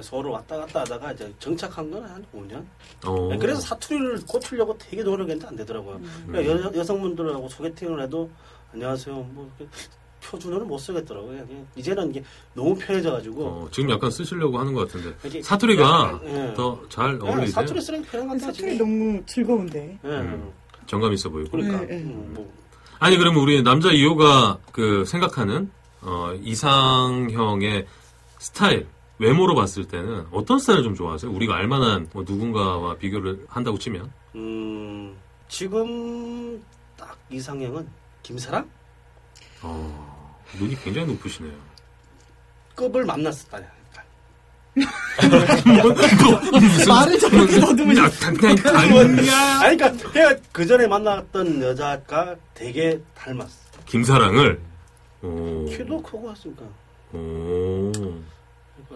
[SPEAKER 4] 서울 왔다 갔다 하다가 이제 정착한 건 한 5년. 네,
[SPEAKER 1] 어.
[SPEAKER 4] 그래서 사투리를 고치려고 되게 노력했는데 안 되더라고요. 그러니까 여, 성분들하고 소개팅을 해도 안녕하세요. 뭐 이렇게 표준어를 못 쓰겠더라고요. 그냥 이제는 이게 너무 편해져가지고
[SPEAKER 1] 어, 지금 약간 쓰시려고 하는 것 같은데.
[SPEAKER 4] 이게
[SPEAKER 1] 사투리가
[SPEAKER 4] 약간, 예.
[SPEAKER 1] 더 잘
[SPEAKER 4] 그냥
[SPEAKER 1] 어울리세요?
[SPEAKER 4] 사투리 쓰는 게 편한 것 같아요.
[SPEAKER 2] 사투리
[SPEAKER 4] 지금.
[SPEAKER 2] 너무 즐거운데.
[SPEAKER 4] 예,
[SPEAKER 1] 음. 정감 있어 보이고.
[SPEAKER 4] 그러니까
[SPEAKER 2] 예, 예.
[SPEAKER 4] 음, 뭐
[SPEAKER 1] 아니 그러면 우리 남자 이호가 그 생각하는 어, 이상형의 스타일 외모로 봤을 때는 어떤 스타일을 좀 좋아하세요? 우리가 알만한 뭐 누군가와 비교를 한다고 치면
[SPEAKER 4] 음, 지금 딱 이상형은 김사랑
[SPEAKER 1] 어, 눈이 굉장히 높으시네요.
[SPEAKER 4] 급을 만났었다.
[SPEAKER 1] 무슨 말을 저렇게 더듬으냐? 당장
[SPEAKER 4] 뭐.
[SPEAKER 1] 당이야.
[SPEAKER 4] 아니 그러니까 내가 그 전에 만났던 여자가 되게 닮았어.
[SPEAKER 1] 김사랑을. 오.
[SPEAKER 4] 키도 크고 했으니까
[SPEAKER 1] 오.
[SPEAKER 4] 그리고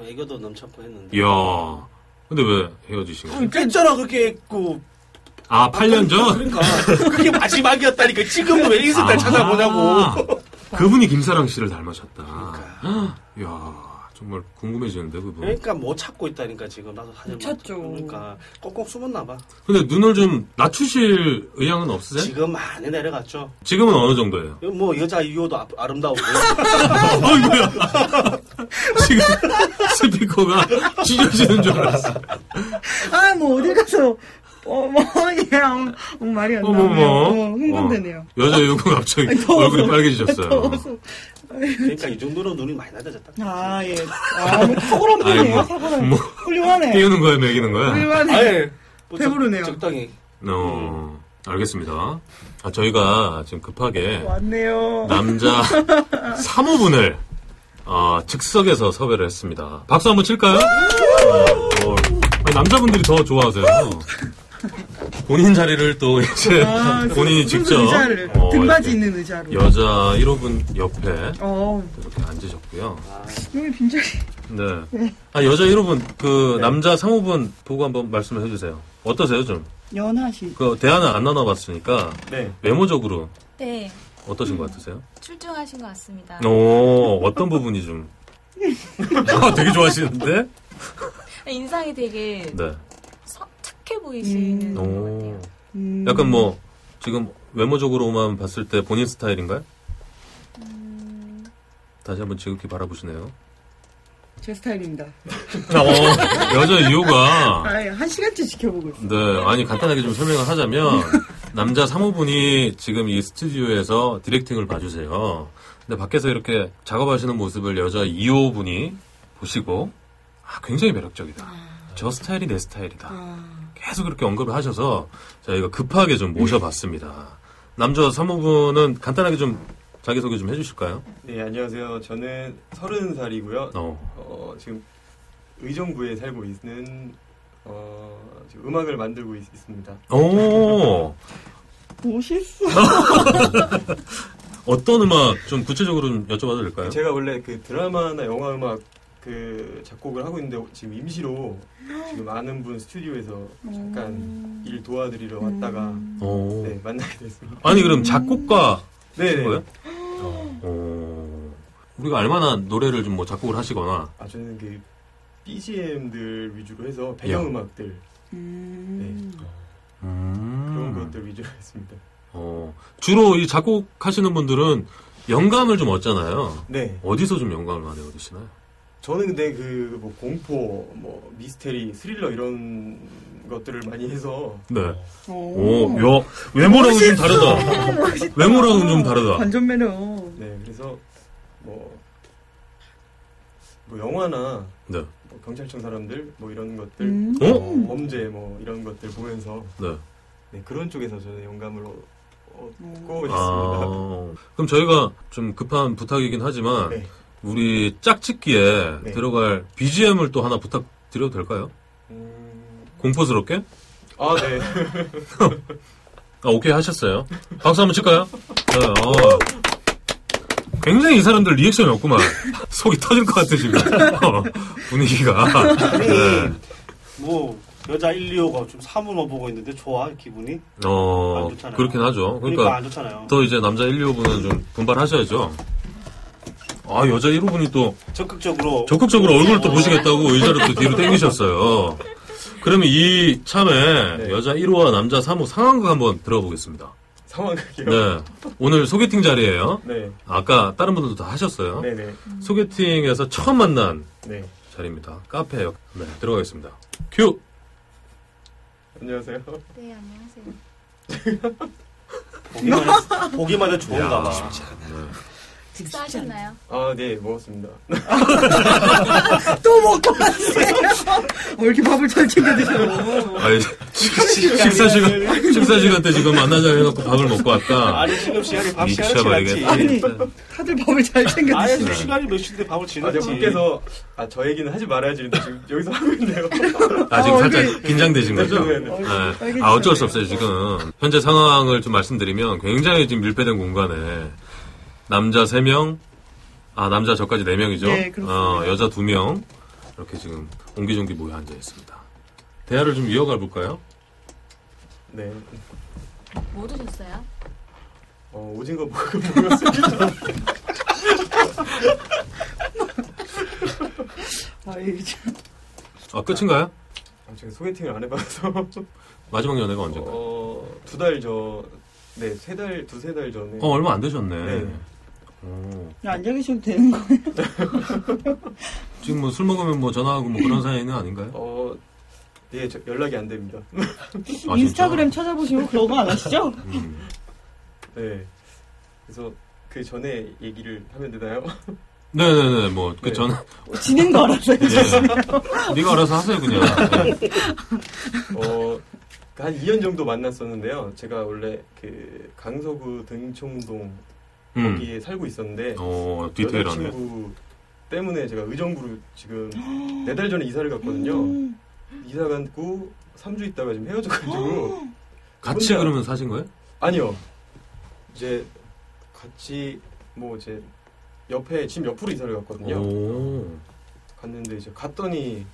[SPEAKER 4] 애교도 넘쳤고 했는데
[SPEAKER 1] 이야. 근데 왜 헤어지신 거예요?
[SPEAKER 4] 그랬잖아 그게 했고
[SPEAKER 1] 아, 8년 전?
[SPEAKER 4] 그러니까 그게 마지막이었다니까 지금도 왜 인스타를 찾아보냐고
[SPEAKER 1] 아, 그분이 김사랑 씨를 닮으셨다.
[SPEAKER 4] 그러니까.
[SPEAKER 1] 이야, 정말 궁금해지는데, 그분.
[SPEAKER 4] 그러니까 뭐 찾고 있다니까 지금 나도 사실
[SPEAKER 2] 못 찾죠.
[SPEAKER 4] 그러니까 꼭꼭 숨었나 봐
[SPEAKER 1] 근데 눈을 좀 낮추실 의향은 없으세요?
[SPEAKER 4] 지금 많이 내려갔죠
[SPEAKER 1] 지금은 어느 정도예요?
[SPEAKER 4] 이거 뭐 여자 이유도 아, 아름다우고
[SPEAKER 1] 어이구야. 지금 스피커가 찢어지는 줄 알았어.
[SPEAKER 2] 아 뭐 어디 가서 어머 예 어머, 어머, 말이 안 나오네요.
[SPEAKER 1] 어머머.
[SPEAKER 2] 어, 흥분되네요. 아,
[SPEAKER 1] 어, 여자 요구 갑자기
[SPEAKER 2] 더워서. 아,
[SPEAKER 1] 얼굴이 빨개지셨어요.
[SPEAKER 2] 더워서.
[SPEAKER 4] 그러니까 이 정도로 눈이 많이 낮아졌다
[SPEAKER 2] 아 예. 아 뭐, 사고란이네요
[SPEAKER 1] 어. 아이고,
[SPEAKER 2] 사고란.
[SPEAKER 1] 뭐.
[SPEAKER 2] 훌륭하네.
[SPEAKER 1] 띄우는 거야, 먹이는 거야?
[SPEAKER 2] 훌륭하네.
[SPEAKER 4] 아예 뭐 적-
[SPEAKER 2] 배부르네요.
[SPEAKER 4] 적당히
[SPEAKER 1] 어, 알겠습니다. 아, 저희가 지금 급하게
[SPEAKER 2] 왔네요.
[SPEAKER 1] 남자 3호분을 어, 즉석에서 섭외를 했습니다. 박수 한번 칠까요? 어, 어. 아니, 남자분들이 더 좋아하세요. 본인 자리를 또 이제
[SPEAKER 2] 아,
[SPEAKER 1] 본인이
[SPEAKER 2] 순수
[SPEAKER 1] 직접
[SPEAKER 2] 의자를,
[SPEAKER 1] 어, 이렇게
[SPEAKER 2] 등받이 있는 의자로.
[SPEAKER 1] 여자 1호분 옆에
[SPEAKER 2] 어
[SPEAKER 1] 이렇게 앉으셨고요.
[SPEAKER 2] 여기 빈자리.
[SPEAKER 1] 네. 아, 여자 1호분 그 남자 3호분 보고 한번 말씀을 해주세요. 어떠세요 좀?
[SPEAKER 2] 연하시.
[SPEAKER 1] 그 대화는 안 나눠봤으니까
[SPEAKER 4] 네
[SPEAKER 1] 외모적으로
[SPEAKER 6] 네,
[SPEAKER 1] 어떠신 것 같으세요?
[SPEAKER 6] 출중하신 것
[SPEAKER 1] 음.
[SPEAKER 6] 같습니다.
[SPEAKER 1] 어. 오, 어떤 부분이 좀? 아, 되게 좋아하시는데?
[SPEAKER 6] 인상이 되게
[SPEAKER 1] 네. 어.
[SPEAKER 6] 서- 착해 보이시는 것
[SPEAKER 1] 오.
[SPEAKER 6] 같아요.
[SPEAKER 2] 음,
[SPEAKER 1] 약간 뭐 지금 외모적으로만 봤을 때 본인 스타일인가요? 음. 다시 한번 지극히 바라보시네요.
[SPEAKER 2] 제 스타일입니다.
[SPEAKER 1] 어, 여자 이유가
[SPEAKER 2] 아예 한 시간째 지켜보고 있어.
[SPEAKER 1] 네 아니 간단하게 좀 설명을 하자면 남자 3호분이 지금 이 스튜디오에서 디렉팅을 봐주세요. 근데 밖에서 이렇게 작업하시는 모습을 여자 2호분이 보시고 아 굉장히 매력적이다. 저 스타일이 내 스타일이다.
[SPEAKER 2] 아,
[SPEAKER 1] 계속 그렇게 언급을 하셔서 저희가 급하게 좀 모셔봤습니다. 남자 3호분은 간단하게 좀 자기소개 좀 해주실까요?
[SPEAKER 7] 네, 안녕하세요. 저는 서른 살이고요.
[SPEAKER 1] 어.
[SPEAKER 7] 어, 지금 의정부에 살고 있는 어, 지금 음악을 만들고 있, 습니다
[SPEAKER 1] 오,
[SPEAKER 2] 멋있어.
[SPEAKER 1] 어떤 음악 좀 구체적으로 좀 여쭤봐도 될까요?
[SPEAKER 7] 제가 원래 그 드라마나 영화 음악 그 작곡을 하고 있는데 지금 임시로 지금 아는 분 스튜디오에서
[SPEAKER 2] 음.
[SPEAKER 7] 잠깐 일 도와드리러
[SPEAKER 1] 음.
[SPEAKER 7] 왔다가
[SPEAKER 1] 오.
[SPEAKER 7] 네, 만나게 됐습니다.
[SPEAKER 1] 아니, 그럼 작곡가
[SPEAKER 7] 네,
[SPEAKER 1] 신
[SPEAKER 7] 네.
[SPEAKER 1] 거예요? 오. 어. 우리가 얼마나 노래를 좀 뭐 작곡을 하시거나
[SPEAKER 7] 아 저는 그 BGM들 위주로 해서 배경음악들
[SPEAKER 2] 음.
[SPEAKER 7] 그런
[SPEAKER 1] 음.
[SPEAKER 7] 것들 위주로 했습니다.
[SPEAKER 1] 어, 주로 이 작곡하시는 분들은 영감을 좀 얻잖아요.
[SPEAKER 7] 네,
[SPEAKER 1] 어디서 좀 영감을 많이 얻으시나요?
[SPEAKER 7] 저는 근데 그 뭐 공포, 뭐 미스테리, 스릴러 이런 것들을 많이 해서
[SPEAKER 1] 네. 오, 야, 외모랑은 좀 다르다.
[SPEAKER 2] 멋있다.
[SPEAKER 1] 외모랑은 좀 다르다.
[SPEAKER 2] 완전 매력.
[SPEAKER 7] 네 그래서 뭐, 뭐 영화나
[SPEAKER 1] 네.
[SPEAKER 7] 뭐 경찰청 사람들 뭐 이런 것들
[SPEAKER 2] 음.
[SPEAKER 1] 어?
[SPEAKER 7] 뭐 범죄 뭐 이런 것들 보면서
[SPEAKER 1] 네.
[SPEAKER 7] 네, 그런 쪽에서 저는 영감을 얻-
[SPEAKER 1] 음.
[SPEAKER 7] 얻고 있습니다.
[SPEAKER 1] 아, 그럼 저희가 좀 급한 부탁이긴 하지만
[SPEAKER 7] 네.
[SPEAKER 1] 우리 짝짓기에
[SPEAKER 7] 네.
[SPEAKER 1] 들어갈 BGM을 또 하나 부탁드려도 될까요?
[SPEAKER 7] 음,
[SPEAKER 1] 공포스럽게?
[SPEAKER 7] 아 네.
[SPEAKER 1] 아, 오케이 하셨어요. 박수 한번 칠까요? 네, 어. 굉장히 이 사람들 리액션이 없구만. 속이 터질 것 같아, 지금. 어, 분위기가.
[SPEAKER 4] 아니
[SPEAKER 1] 네.
[SPEAKER 4] 뭐 여자 1, 2호가 지금 사문어 보고 있는데 좋아 기분이
[SPEAKER 1] 어,
[SPEAKER 4] 안 좋잖아요.
[SPEAKER 1] 그렇긴 하죠.
[SPEAKER 4] 그러니까,
[SPEAKER 1] 그러니까
[SPEAKER 4] 안 좋잖아요.
[SPEAKER 1] 또 이제 남자 1, 2호분은 좀 분발하셔야죠. 아, 여자 1호분이 또
[SPEAKER 4] 적극적으로
[SPEAKER 1] 적극적으로 얼굴을 또
[SPEAKER 4] 어,
[SPEAKER 1] 보시겠다고 의자를 또 뒤로 당기셨어요. 그러면 이 참에
[SPEAKER 7] 네.
[SPEAKER 1] 여자 1호와 남자 3호 상황극 한번 들어보겠습니다.
[SPEAKER 7] 상황극이요.
[SPEAKER 1] 네. 오늘 소개팅 자리예요.
[SPEAKER 7] 네.
[SPEAKER 1] 아까 다른 분들도 다 하셨어요.
[SPEAKER 7] 네, 네.
[SPEAKER 1] 소개팅에서 처음 만난
[SPEAKER 7] 네.
[SPEAKER 1] 자리입니다. 카페요. 네, 들어가겠습니다. 큐!
[SPEAKER 7] 안녕하세요.
[SPEAKER 6] 네, 안녕하세요.
[SPEAKER 4] 보기만 해도- 보기만 해도 좋은가 봐.
[SPEAKER 6] 식사하셨나요?
[SPEAKER 7] 아, 네, 먹었습니다.
[SPEAKER 2] 아, 또 먹고 왔어요. 왜 이렇게 밥을 잘 챙겨 드셔?
[SPEAKER 1] 아, 이제 식사 시간, 식사 시간 때 지금 만나자 해놓고 밥을 먹고 왔다.
[SPEAKER 4] 아니 지금 시간이 밥 시간을 지났지.
[SPEAKER 1] 미쳐버리겠다.
[SPEAKER 2] 다들 밥을 잘 챙겨
[SPEAKER 4] 아니
[SPEAKER 2] 드시네.
[SPEAKER 4] 지금 시간이 몇 시인데 밥을
[SPEAKER 7] 아,
[SPEAKER 4] 지났지.
[SPEAKER 7] 제가 밖에서 아, 저 얘기는 하지 말아야지 근데 지금 여기서 하고 있네요.
[SPEAKER 1] 아, 지금
[SPEAKER 2] 아,
[SPEAKER 1] 살짝
[SPEAKER 2] 얼굴이-
[SPEAKER 1] 긴장되신 거죠?
[SPEAKER 7] 네, 네.
[SPEAKER 1] 네.
[SPEAKER 2] 얼굴이
[SPEAKER 1] 아, 어쩔 수 없어요,
[SPEAKER 2] 긴장돼요.
[SPEAKER 1] 지금. 현재 상황을 좀 말씀드리면 굉장히 지금 밀폐된 공간에 남자 3명, 아, 남자 저까지 4명이죠?
[SPEAKER 2] 네, 그렇습니다.
[SPEAKER 1] 어, 여자 2명, 이렇게 지금 옹기종기 모여 앉아 있습니다. 대화를 좀 이어가 볼까요?
[SPEAKER 7] 네.
[SPEAKER 6] 뭐 드셨어요?
[SPEAKER 7] 어, 오징어 먹고 먹었습니다.
[SPEAKER 2] 아, 이게 참.
[SPEAKER 1] 아, 끝인가요?
[SPEAKER 7] 아, 제가 소개팅을 안 해봐서
[SPEAKER 1] 어. 마지막 연애가 언제인가요?
[SPEAKER 7] 어, 두 달 전, 네, 세 달, 두세 달 전에
[SPEAKER 1] 어, 얼마 안 되셨네. 어.
[SPEAKER 7] 네.
[SPEAKER 1] 오.
[SPEAKER 2] 그냥 앉아 계셔도 되는 거예요.
[SPEAKER 1] 지금 뭐 술 먹으면 뭐 전화하고 뭐 그런 사이는 아닌가요?
[SPEAKER 7] 어, 네, 저, 연락이 안 됩니다.
[SPEAKER 1] 아, 진짜?
[SPEAKER 2] 인스타그램 찾아보시고 그런 거 안 하시죠?
[SPEAKER 1] 음.
[SPEAKER 7] 네. 그래서 그 전에 얘기를 하면 되나요?
[SPEAKER 1] 네네네, 뭐, 그
[SPEAKER 7] 네.
[SPEAKER 1] 전,
[SPEAKER 2] 진행도
[SPEAKER 1] 네.
[SPEAKER 2] 알아서요.
[SPEAKER 1] 예. 네가 알아서 하세요, 그냥. 네.
[SPEAKER 7] 어, 한 2년 정도 만났었는데요. 제가 원래 그 강서구 등촌동
[SPEAKER 1] 음.
[SPEAKER 7] 거기에 살고 있었는데
[SPEAKER 1] 어, 디테일하네.
[SPEAKER 7] 여자친구 때문에 제가 의정부로 지금 네 달 전에 이사를
[SPEAKER 1] 음.
[SPEAKER 7] 갔거든요. 이사 갔고 3주 있다가 지금 헤어져가지고
[SPEAKER 1] 같이
[SPEAKER 7] 혼자-
[SPEAKER 1] 그러면 사신 거예요?
[SPEAKER 7] 아니요. 이제 같이 뭐 이제 옆에 집 옆으로 이사를
[SPEAKER 1] 어.
[SPEAKER 7] 갔거든요.
[SPEAKER 1] 오.
[SPEAKER 7] 갔는데 이제 갔더니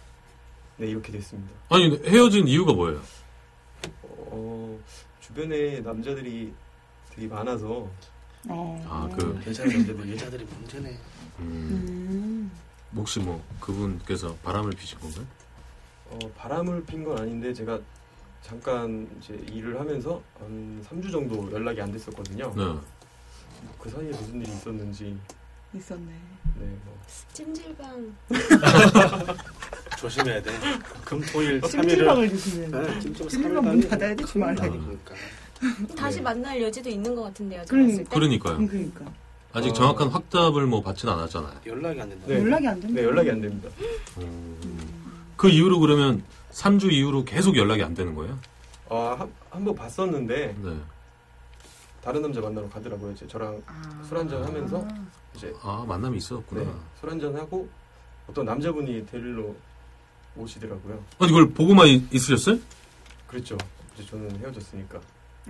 [SPEAKER 7] 네 이렇게 됐습니다.
[SPEAKER 1] 아니 근데 헤어진 이유가 뭐예요?
[SPEAKER 7] 어, 주변에 남자들이 되게 많아서
[SPEAKER 2] 어.
[SPEAKER 1] 아 그
[SPEAKER 7] 괜찮은 남자들이
[SPEAKER 4] 여자들이 문제네.
[SPEAKER 1] 음,
[SPEAKER 2] 음.
[SPEAKER 1] 혹시 뭐 그분께서 바람을 피신 건가요?
[SPEAKER 7] 어, 바람을 핀 건 아닌데 제가 잠깐 이제 일을 하면서 한 3주 정도 연락이 안 됐었거든요.
[SPEAKER 1] 네.
[SPEAKER 7] 그 사이에 무슨 일이 있었는지
[SPEAKER 2] 있었네.
[SPEAKER 7] 네, 뭐.
[SPEAKER 6] 찜질방.
[SPEAKER 4] 조심해야 돼. 금토일 3일을 네.
[SPEAKER 2] 찜질방을 드시는. 찜질방 문
[SPEAKER 4] 찜질방
[SPEAKER 2] 닫아야 되지 말아야 돼.
[SPEAKER 4] 그러니까.
[SPEAKER 6] 다시
[SPEAKER 7] 네.
[SPEAKER 6] 만날 여지도 있는 것 같은데요. 제가
[SPEAKER 2] 그러니-
[SPEAKER 6] 봤을 때.
[SPEAKER 1] 그러니까요.
[SPEAKER 2] 그러니까.
[SPEAKER 1] 아직
[SPEAKER 7] 어.
[SPEAKER 1] 정확한 확답을 뭐 받진 않았잖아요.
[SPEAKER 4] 연락이 안 된다.
[SPEAKER 7] 네.
[SPEAKER 2] 연락이 안 된다.
[SPEAKER 7] 네, 연락이 안 됩니다.
[SPEAKER 1] 음. 그 이후로 그러면 3주 이후로 계속 연락이 안 되는 거예요?
[SPEAKER 7] 아, 한- 한번 봤었는데
[SPEAKER 1] 네.
[SPEAKER 7] 다른 남자 만나러 가더라고요. 이제 저랑
[SPEAKER 2] 아.
[SPEAKER 7] 술 한잔 하면서
[SPEAKER 2] 아.
[SPEAKER 7] 이제
[SPEAKER 1] 아 만남이
[SPEAKER 7] 네,
[SPEAKER 1] 있었구나.
[SPEAKER 7] 술 한잔 하고 어떤 남자분이 데리러 오시더라고요.
[SPEAKER 1] 아니 그걸 보고만 있- 있으셨어요?
[SPEAKER 7] 그랬죠. 이제 저는 헤어졌으니까.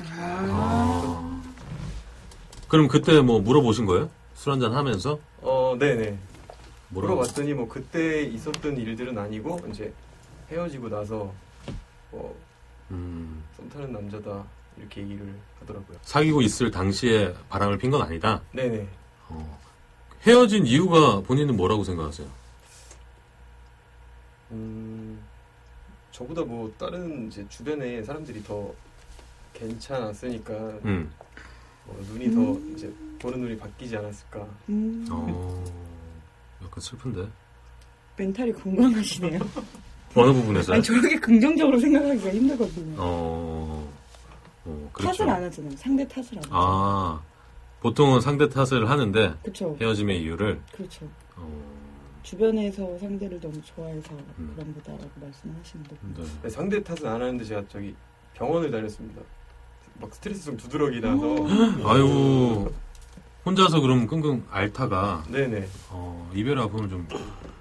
[SPEAKER 1] 아. 그럼 그때 뭐 물어보신 거예요? 술 한잔 하면서?
[SPEAKER 7] 어, 네, 네.
[SPEAKER 1] 뭐라고?
[SPEAKER 7] 물어봤더니 뭐 그때 있었던 일들은 아니고 이제 헤어지고 나서 뭐
[SPEAKER 1] 음,
[SPEAKER 7] 썸 타는 남자다 이렇게 얘기를 하더라고요. 네,
[SPEAKER 1] 사귀고 있을 당시에 바람을 핀 건 아니다.
[SPEAKER 7] 네네.
[SPEAKER 1] 어, 헤어진 이유가 본인은 뭐라고 생각하세요?
[SPEAKER 7] 음, 저보다 뭐 다른 이제 주변에 사람들이 더 괜찮았으니까
[SPEAKER 1] 음.
[SPEAKER 7] 어, 눈이 더 이제 보는 눈이 바뀌지 않았을까.
[SPEAKER 2] 음,
[SPEAKER 1] 어, 약간 슬픈데.
[SPEAKER 2] 멘탈이 건강하시네요.
[SPEAKER 1] 어느 부분에서요?
[SPEAKER 2] 아니 저렇게 긍정적으로 생각하기가 힘들거든요.
[SPEAKER 1] 어, 어, 그렇죠.
[SPEAKER 2] 탓을 안 하잖아요. 상대 탓을 안 하죠.
[SPEAKER 1] 아, 보통은 상대 탓을 하는데
[SPEAKER 2] 그렇죠.
[SPEAKER 1] 헤어짐의 이유를
[SPEAKER 2] 그렇죠.
[SPEAKER 1] 어,
[SPEAKER 2] 주변에서 상대를 너무 좋아해서
[SPEAKER 1] 음.
[SPEAKER 2] 그런 거다라고 말씀을 하시는데
[SPEAKER 1] 네.
[SPEAKER 7] 근데 상대 탓은 안 하는데 제가 저기 병원을 다녔습니다. 막 스트레스성 두드러기 나서
[SPEAKER 1] 아유 혼자서 그럼 끙끙 앓다가
[SPEAKER 7] 네네
[SPEAKER 1] 어, 이별 아픔을 좀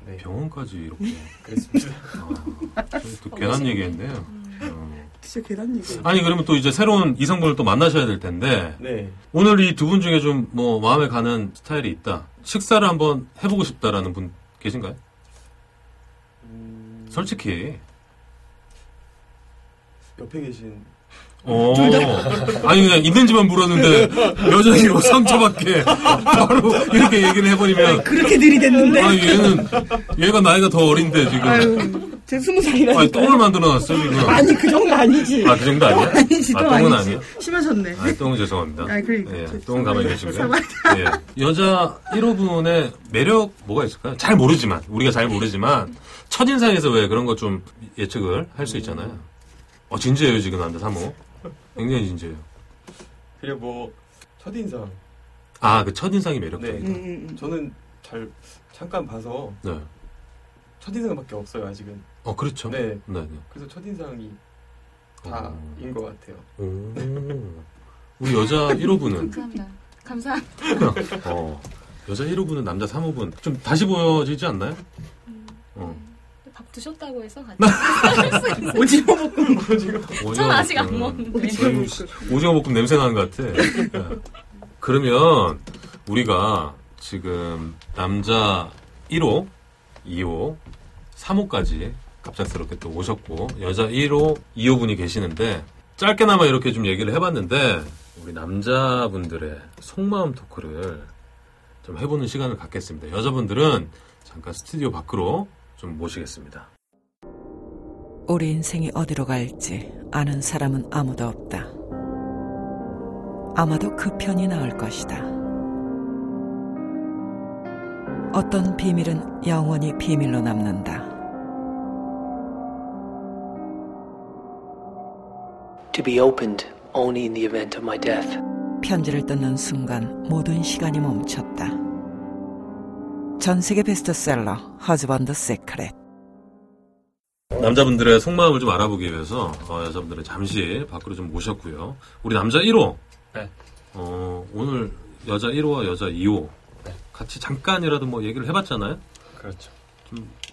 [SPEAKER 7] 네
[SPEAKER 1] 병원까지 이렇게
[SPEAKER 7] 그랬습니다.
[SPEAKER 1] 아, 또 괜한 얘기했네요. 어.
[SPEAKER 2] 진짜 계란 얘기.
[SPEAKER 1] 아니 그러면 또 이제 새로운 이성분을 또 만나셔야 될 텐데
[SPEAKER 7] 네
[SPEAKER 1] 오늘 이 두 분 중에 좀 뭐 마음에 가는 스타일이 있다. 식사를 한번 해보고 싶다라는 분 계신가요?
[SPEAKER 7] 음,
[SPEAKER 1] 솔직히.
[SPEAKER 7] 옆에 계신
[SPEAKER 1] 어. 아니 그냥 있는지만 물었는데 여전히 뭐 상처밖에 바로 이렇게 얘기를 해버리면
[SPEAKER 2] 그렇게 들이댔는데.
[SPEAKER 1] 아 얘는 얘가 나이가 더 어린데 지금
[SPEAKER 2] 네. 아유, 제 스무
[SPEAKER 1] 아니
[SPEAKER 2] 살이라니까.
[SPEAKER 1] 똥을 만들어놨어 지금.
[SPEAKER 2] 아니 그 정도 아니지.
[SPEAKER 1] 아 그 정도 아니야?
[SPEAKER 2] 아니지,
[SPEAKER 1] 아,
[SPEAKER 2] 똥
[SPEAKER 1] 똥은
[SPEAKER 2] 아니지.
[SPEAKER 1] 아니야?
[SPEAKER 2] 심하셨네.
[SPEAKER 1] 아 똥은 죄송합니다.
[SPEAKER 2] 아, 그러니까.
[SPEAKER 1] 예,
[SPEAKER 2] 저-
[SPEAKER 1] 똥은 가만히 계시고요.
[SPEAKER 2] 사과-
[SPEAKER 1] 예. 여자 1호분의 매력 뭐가 있을까요? 잘 모르지만 우리가 잘 모르지만 첫 인상에서 왜 그런 거 좀 예측을 할 수 있잖아요. 어 진지해요 지금 남자 3호. 굉장히 진지해요.
[SPEAKER 7] 그리고 뭐 첫인상
[SPEAKER 1] 아 그 첫 인상이 매력적이다.
[SPEAKER 2] 음,
[SPEAKER 7] 네.
[SPEAKER 2] 음, 음.
[SPEAKER 7] 저는 잘 잠깐 봐서
[SPEAKER 1] 네.
[SPEAKER 7] 첫인상밖에 없어요 아직은
[SPEAKER 1] 어 그렇죠. 네.
[SPEAKER 7] 네
[SPEAKER 1] 네.
[SPEAKER 7] 그래서 첫인상이
[SPEAKER 1] 어.
[SPEAKER 7] 다인 것 같아요.
[SPEAKER 1] 오. 우리 여자 1호분은
[SPEAKER 6] 감사합니다. 감사합니다.
[SPEAKER 1] 어 여자 1호분은 남자 3호분 좀 다시 보여지지 않나요?
[SPEAKER 6] 음.
[SPEAKER 1] 어.
[SPEAKER 6] 밥 드셨다고 해서 같이.
[SPEAKER 2] 오징어 뭐- 볶음.
[SPEAKER 6] 전
[SPEAKER 1] 오징어
[SPEAKER 6] 아직 안
[SPEAKER 1] 볶음.
[SPEAKER 6] 먹는데.
[SPEAKER 2] 네.
[SPEAKER 1] 오징어 볶음. 오징어 볶음 냄새 나는 것 같아. 네. 그러면 우리가 지금 남자 1호, 2호, 3호까지 갑작스럽게 또 오셨고 여자 1호, 2호 분이 계시는데 짧게나마 이렇게 좀 얘기를 해봤는데 우리 남자분들의 속마음 토크를 좀 해보는 시간을 갖겠습니다. 여자분들은 잠깐 스튜디오 밖으로 좀 모시겠습니다.
[SPEAKER 8] 우리 인생이 어디로 갈지 아는 사람은 아무도 없다. 아마도 그 편이 나을 것이다. 어떤 비밀은 영원히 비밀로 남는다.
[SPEAKER 9] to be opened only in the event of my death.
[SPEAKER 8] 편지를 뜯는 순간 모든 시간이 멈췄다. 전 세계 베스트셀러 허즈번드 세크렛.
[SPEAKER 1] 남자분들의 속마음을 좀 알아보기 위해서 어, 여자분들을 잠시 밖으로 좀 모셨고요. 우리 남자 1호.
[SPEAKER 3] 네.
[SPEAKER 1] 어, 오늘 여자 1호와 여자 2호
[SPEAKER 3] 네.
[SPEAKER 1] 같이 잠깐이라도 뭐 얘기를 해봤잖아요.
[SPEAKER 3] 그렇죠.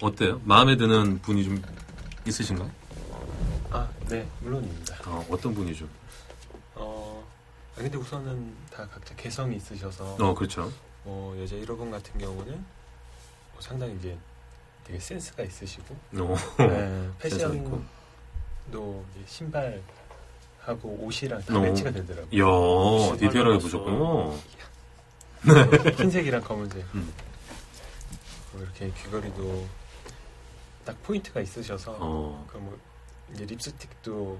[SPEAKER 1] 어때요? 마음에 드는 분이 좀 있으신가요?
[SPEAKER 3] 아, 네, 물론입니다.
[SPEAKER 1] 어, 어떤 분이 좀?
[SPEAKER 3] 어, 아, 근데 우선은 다 각자 개성이 있으셔서
[SPEAKER 1] 어, 그렇죠.
[SPEAKER 3] 뭐 여자 1호분 같은 경우는 뭐 상당히 이제 되게 센스가 있으시고
[SPEAKER 1] 어,
[SPEAKER 3] 네,
[SPEAKER 1] 센스가 있고.
[SPEAKER 3] 패션도 이제 신발하고 옷이랑 다
[SPEAKER 1] 어.
[SPEAKER 3] 매치가 되더라고요.
[SPEAKER 1] 이야, 디테일하게
[SPEAKER 4] 신발도
[SPEAKER 1] 보셨구나.
[SPEAKER 3] 흰색이랑 검은색.
[SPEAKER 1] 네. 음.
[SPEAKER 3] 뭐 이렇게 귀걸이도 딱 포인트가 있으셔서
[SPEAKER 1] 어,
[SPEAKER 3] 그뭐 이제 립스틱도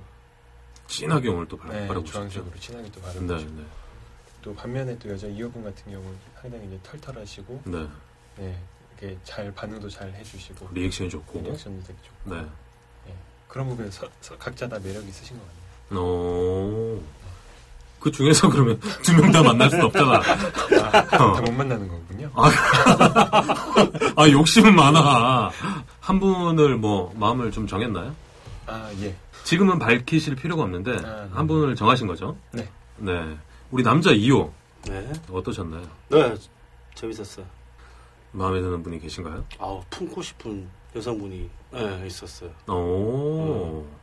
[SPEAKER 1] 진하게 오늘 또
[SPEAKER 3] 네,
[SPEAKER 1] 바라보고 싶죠.
[SPEAKER 3] 주황색으로 진하게 또 바르고
[SPEAKER 1] 네,
[SPEAKER 3] 싶고.
[SPEAKER 1] 네,
[SPEAKER 3] 또 반면에 또 여자 이어분 같은 경우는 상당히 이제 털털하시고
[SPEAKER 1] 네.
[SPEAKER 3] 네, 이렇게 잘 반응도 잘 해주시고 네,
[SPEAKER 1] 리액션이 좋고.
[SPEAKER 3] 리액션도 되게 좋고
[SPEAKER 1] 네.
[SPEAKER 3] 그런 부분에서 서- 각자 다 매력이 있으신 것 같네요.
[SPEAKER 1] 어, 그 중에서 그러면 두 명 다 만날 순 없잖아. 어.
[SPEAKER 3] 다 못 만나는 거군요.
[SPEAKER 1] 아 욕심은 많아. 한 분을 뭐 마음을 좀 정했나요?
[SPEAKER 3] 아 예.
[SPEAKER 1] 지금은 밝히실 필요가 없는데
[SPEAKER 3] 아, 네.
[SPEAKER 1] 한 분을 정하신 거죠?
[SPEAKER 3] 네.
[SPEAKER 1] 네. 우리 남자 2호
[SPEAKER 4] 네.
[SPEAKER 1] 어떠셨나요?
[SPEAKER 4] 네. 재밌었어요.
[SPEAKER 1] 마음에 드는 분이 계신가요?
[SPEAKER 4] 아우, 품고 싶은 여성분이 네, 있었어요.
[SPEAKER 1] 오. 어,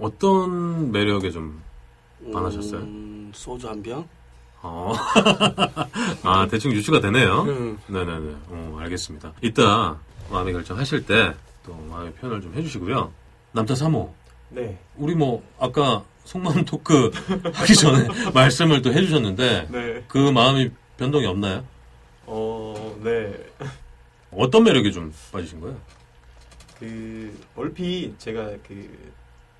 [SPEAKER 1] 어떤 매력에 좀 반하셨어요?
[SPEAKER 4] 음, 소주 한 병?
[SPEAKER 1] 어. 아 대충 유추가 되네요.
[SPEAKER 4] 음.
[SPEAKER 1] 네네네. 어, 알겠습니다. 이따 마음의 결정하실 때 또 마음의 표현을 좀 해주시고요. 남자 3호
[SPEAKER 7] 네
[SPEAKER 1] 우리 뭐 아까 속마음 토크 하기 전에 말씀을 또 해주셨는데
[SPEAKER 7] 네.
[SPEAKER 1] 그 마음이 변동이 없나요?
[SPEAKER 7] 어 네.
[SPEAKER 1] 어떤 매력에 좀 빠지신 거예요?
[SPEAKER 7] 그 얼핏 제가 그,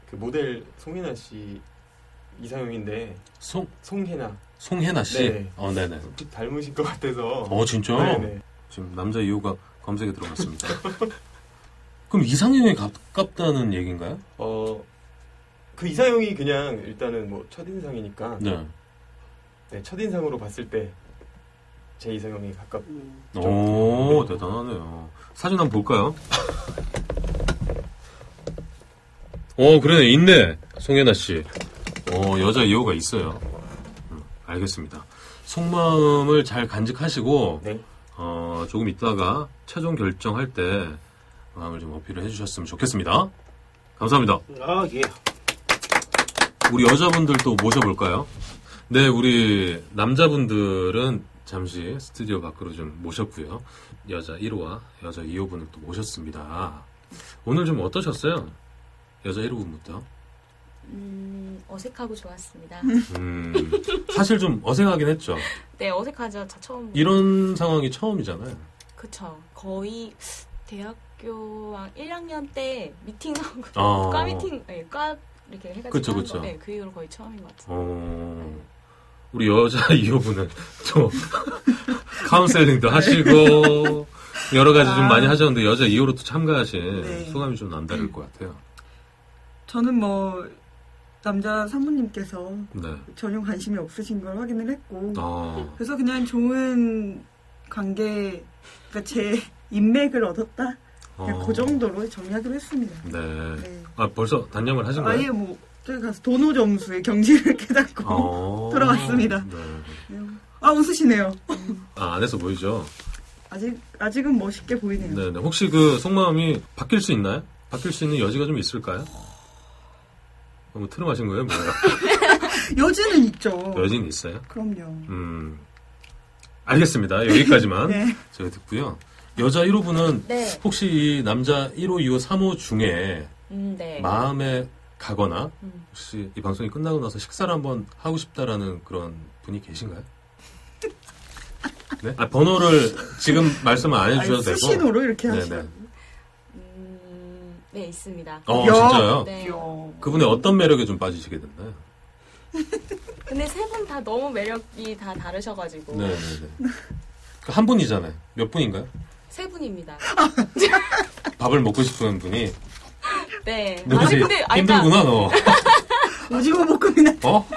[SPEAKER 7] 그 모델 송혜나 씨 이상형인데
[SPEAKER 1] 송
[SPEAKER 7] 송혜나
[SPEAKER 1] 송혜나 씨.
[SPEAKER 7] 네.
[SPEAKER 1] 어, 네네.
[SPEAKER 7] 좀 닮으신 것 같아서
[SPEAKER 1] 어, 진짜.
[SPEAKER 7] 네네.
[SPEAKER 1] 지금 남자 이유가 검색에 들어갔습니다. 그럼 이상형에 가깝다는 얘기인가요?
[SPEAKER 7] 어그 이상형이 그냥 일단은 뭐 첫인상이니까 네.
[SPEAKER 1] 네.
[SPEAKER 7] 첫인상으로 봤을 때 제 이상형이 가깝
[SPEAKER 4] 음,
[SPEAKER 1] 오, 대단하네요. 사진 한번 볼까요? 어, 그러네. 있네. 송혜나 씨. 어, 여자 이유가 있어요. 음, 알겠습니다. 속마음을 잘 간직하시고,
[SPEAKER 7] 네.
[SPEAKER 1] 어, 조금 있다가 최종 결정할 때 마음을 좀 어필을 해주셨으면 좋겠습니다. 감사합니다.
[SPEAKER 4] 아, 예.
[SPEAKER 2] 네.
[SPEAKER 1] 우리 여자분들도 모셔볼까요? 네, 우리 남자분들은 잠시 스튜디오 밖으로 좀 모셨고요. 여자 1호와 여자 2호분을 또 모셨습니다. 오늘 좀 어떠셨어요? 여자 1호분부터.
[SPEAKER 6] 음, 어색하고 좋았습니다.
[SPEAKER 1] 음, 사실 좀 어색하긴 했죠.
[SPEAKER 6] 네, 어색하죠. 저 처음.
[SPEAKER 1] 이런 상황이 처음이잖아요.
[SPEAKER 6] 그쵸. 거의 대학교 한 1학년 때 미팅하고
[SPEAKER 1] 어.
[SPEAKER 6] 과 미팅, 네, 과 이렇게 해가지고
[SPEAKER 1] 그쵸,
[SPEAKER 6] 한
[SPEAKER 1] 그쵸.
[SPEAKER 6] 거. 네, 그 이후로 거의 처음인 것 같아요.
[SPEAKER 1] 어, 우리 여자 2호분은 또 카운셀링도 하시고 여러 가지 좀 많이 하셨는데 여자 2호로 또 참가하신
[SPEAKER 2] 네.
[SPEAKER 1] 소감이 좀 남다를 것 같아요.
[SPEAKER 2] 저는 뭐 남자 사모님께서
[SPEAKER 1] 네.
[SPEAKER 2] 전혀 관심이 없으신 걸 확인을 했고
[SPEAKER 1] 어,
[SPEAKER 2] 그래서 그냥 좋은 관계 그러니까 제 인맥을 얻었다 그냥
[SPEAKER 1] 어,
[SPEAKER 2] 그 정도로 정리하기로 했습니다.
[SPEAKER 1] 네.
[SPEAKER 2] 네.
[SPEAKER 1] 아, 벌써 단념을 하신 거예요?
[SPEAKER 2] 아예 뭐 저기 가서 도노 점수의 경지를 깨닫고
[SPEAKER 1] 어.
[SPEAKER 2] 돌아왔습니다.
[SPEAKER 1] 네.
[SPEAKER 2] 아 웃으시네요.
[SPEAKER 1] 아, 안에서 보이죠?
[SPEAKER 2] 아직 아직은 멋있게 보이네요.
[SPEAKER 1] 네, 네. 혹시 그 속마음이 바뀔 수 있나요? 바뀔 수 있는 여지가 좀 있을까요? 너무 트름하신 거예요? 뭐예요?
[SPEAKER 2] 여지는 있죠.
[SPEAKER 1] 여지는 있어요?
[SPEAKER 2] 그럼요.
[SPEAKER 1] 음. 알겠습니다. 여기까지만
[SPEAKER 2] 네.
[SPEAKER 1] 제가 듣고요. 여자 1호분은
[SPEAKER 6] 네.
[SPEAKER 1] 혹시 이 남자 1호, 2호, 3호 중에
[SPEAKER 6] 음, 네.
[SPEAKER 1] 마음에 가거나
[SPEAKER 6] 음.
[SPEAKER 1] 혹시 이 방송이 끝나고 나서 식사를 한번 하고 싶다라는 그런 분이 계신가요? 네? 아, 번호를 지금 말씀 안 해주셔도
[SPEAKER 2] 아니,
[SPEAKER 1] 되고.
[SPEAKER 2] 수신호로 이렇게
[SPEAKER 1] 네네.
[SPEAKER 2] 하시라고.
[SPEAKER 6] 음, 네, 있습니다.
[SPEAKER 1] 어,
[SPEAKER 2] 야.
[SPEAKER 1] 진짜요?
[SPEAKER 6] 네.
[SPEAKER 2] 귀여워.
[SPEAKER 1] 그분의 어떤 매력에 좀 빠지시게 됐나요?
[SPEAKER 6] 근데 세 분 다 너무 매력이 다 다르셔가지고.
[SPEAKER 1] 네네네. 그 한 분이잖아요. 몇 분인가요?
[SPEAKER 6] 세 분입니다.
[SPEAKER 1] 밥을 먹고 싶은 분이.
[SPEAKER 6] 네.
[SPEAKER 1] 너
[SPEAKER 6] 아직
[SPEAKER 1] 혹시
[SPEAKER 6] 근데, 아니, 그러니까
[SPEAKER 1] 힘들구나, 너.
[SPEAKER 2] 오징어 볶음이나
[SPEAKER 1] 어?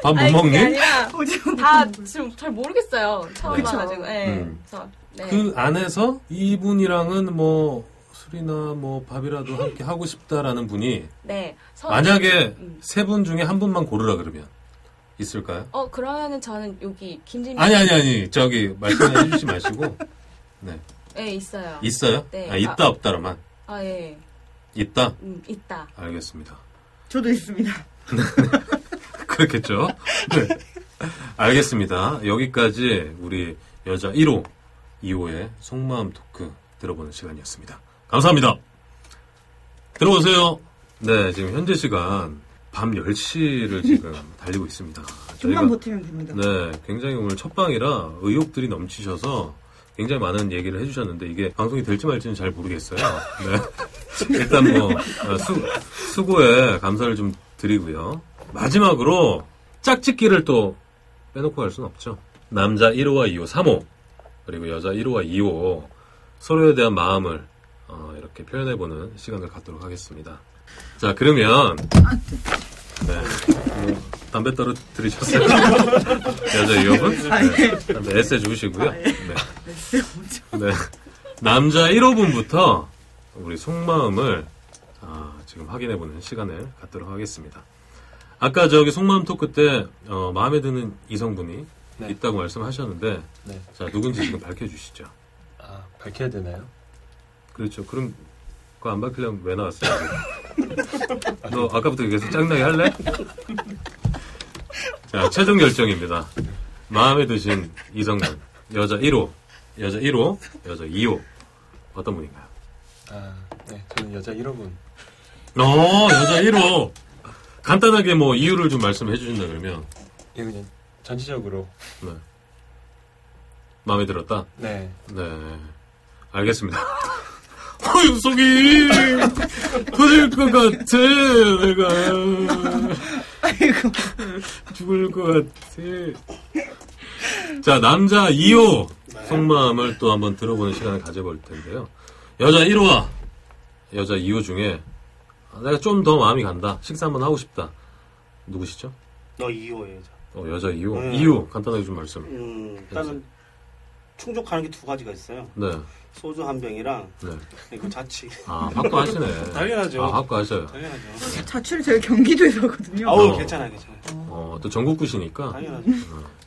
[SPEAKER 1] 밥 못
[SPEAKER 6] 아니, 그게
[SPEAKER 1] 먹니?
[SPEAKER 6] 아니라
[SPEAKER 2] 오징어
[SPEAKER 6] 다
[SPEAKER 2] 볶음.
[SPEAKER 6] 지금 잘 모르겠어요. 처음
[SPEAKER 1] 그쵸.
[SPEAKER 6] 와가지고. 네.
[SPEAKER 1] 음.
[SPEAKER 6] 그래서, 네.
[SPEAKER 1] 그 안에서 이분이랑은 뭐 술이나 뭐 밥이라도 함께 하고 싶다라는 분이
[SPEAKER 6] 네. 서-
[SPEAKER 1] 만약에
[SPEAKER 6] 음.
[SPEAKER 1] 세 분 중에 한 분만 고르라 그러면 있을까요?
[SPEAKER 6] 어, 그러면은 저는 여기 김진미.
[SPEAKER 1] 아니 아니 아니 저기 말씀해 주지 마시고
[SPEAKER 6] 네, 있어요.
[SPEAKER 1] 있어요?
[SPEAKER 6] 네.
[SPEAKER 1] 아, 있다 없다로만
[SPEAKER 6] 아, 예.
[SPEAKER 1] 있다
[SPEAKER 6] 음, 있다.
[SPEAKER 1] 알겠습니다.
[SPEAKER 2] 저도 있습니다.
[SPEAKER 1] 그렇겠죠? 네. 알겠습니다. 여기까지 우리 여자 1호 2호의 속마음 토크 들어보는 시간이었습니다. 감사합니다. 들어오세요. 네, 지금 현재 시간 밤 10시를 지금 달리고 있습니다.
[SPEAKER 2] 좀만
[SPEAKER 1] 저희가-
[SPEAKER 2] 버티면 됩니다.
[SPEAKER 1] 네, 굉장히 오늘 첫 방이라 의혹들이 넘치셔서 굉장히 많은 얘기를 해주셨는데 이게 방송이 될지 말지는 잘 모르겠어요. 네. 일단 뭐 어, 수, 수고에 감사를 좀 드리고요. 마지막으로 짝짓기를 또 빼놓고 갈 수는 없죠. 남자 1호와 2호, 3호 그리고 여자 1호와 2호 서로에 대한 마음을 어, 이렇게 표현해보는 시간을 갖도록 하겠습니다. 자, 그러면
[SPEAKER 2] 아,
[SPEAKER 1] 네, 뭐, 담배 떨어뜨리셨어요? 여자 2호분?
[SPEAKER 2] 아,
[SPEAKER 1] 네.
[SPEAKER 2] 예.
[SPEAKER 1] 담배 에세 주시고요.
[SPEAKER 2] 아, 예.
[SPEAKER 1] 네.
[SPEAKER 2] 글쎄요, 뭐죠?
[SPEAKER 1] 네. 남자 1호분부터 우리 속마음을 아, 지금 확인해보는 시간을 갖도록 하겠습니다. 아까 저기 속마음 토크 때 어, 마음에 드는 이성분이
[SPEAKER 3] 네.
[SPEAKER 1] 있다고 말씀하셨는데
[SPEAKER 3] 네.
[SPEAKER 1] 자 누군지 지금 밝혀주시죠.
[SPEAKER 3] 아, 밝혀야 되나요?
[SPEAKER 1] 그렇죠. 그럼 그거 안 밝히려면 왜 나왔어요? 너 아까부터 계속 짱나게 할래? 자, 최종 결정입니다. 마음에 드신 이성분 여자 1호, 여자 1호, 여자 2호 어떤 분인가요?
[SPEAKER 3] 아, 네. 저는 여자 1호분.
[SPEAKER 1] 어, 여자 1호. 간단하게 뭐 이유를 좀 말씀해 주신다 그러면
[SPEAKER 3] 예, 그냥 전체적으로
[SPEAKER 1] 네. 마음에 들었다?
[SPEAKER 3] 네.
[SPEAKER 1] 네. 알겠습니다. 어이, 속이! 터질 것 같아, 내가.
[SPEAKER 2] 아이고.
[SPEAKER 1] 죽을 것 같아. 자, 남자 2호 속마음을 또 한번 들어보는 시간을 가져볼 텐데요. 여자 1호와 여자 2호 중에 아, 내가 좀 더 마음이 간다. 식사 한번 하고 싶다. 누구시죠?
[SPEAKER 4] 너 2호예요.
[SPEAKER 1] 어, 여자 2호.
[SPEAKER 4] 음.
[SPEAKER 1] 2호, 간단하게 좀 말씀.
[SPEAKER 4] 음, 일단은 충족하는 게 두 가지가 있어요.
[SPEAKER 1] 네,
[SPEAKER 4] 소주 한 병이랑
[SPEAKER 1] 네.
[SPEAKER 4] 이거 자취.
[SPEAKER 1] 아, 확고 하시네.
[SPEAKER 4] 당연하죠.
[SPEAKER 1] 아, 확고 하셔요.
[SPEAKER 4] 당연하죠.
[SPEAKER 2] 자취를 제가 경기도에서 하거든요.
[SPEAKER 4] 아우
[SPEAKER 1] 어.
[SPEAKER 4] 괜찮아 괜찮아.
[SPEAKER 1] 어, 또 전국구시니까.
[SPEAKER 4] 당연하죠.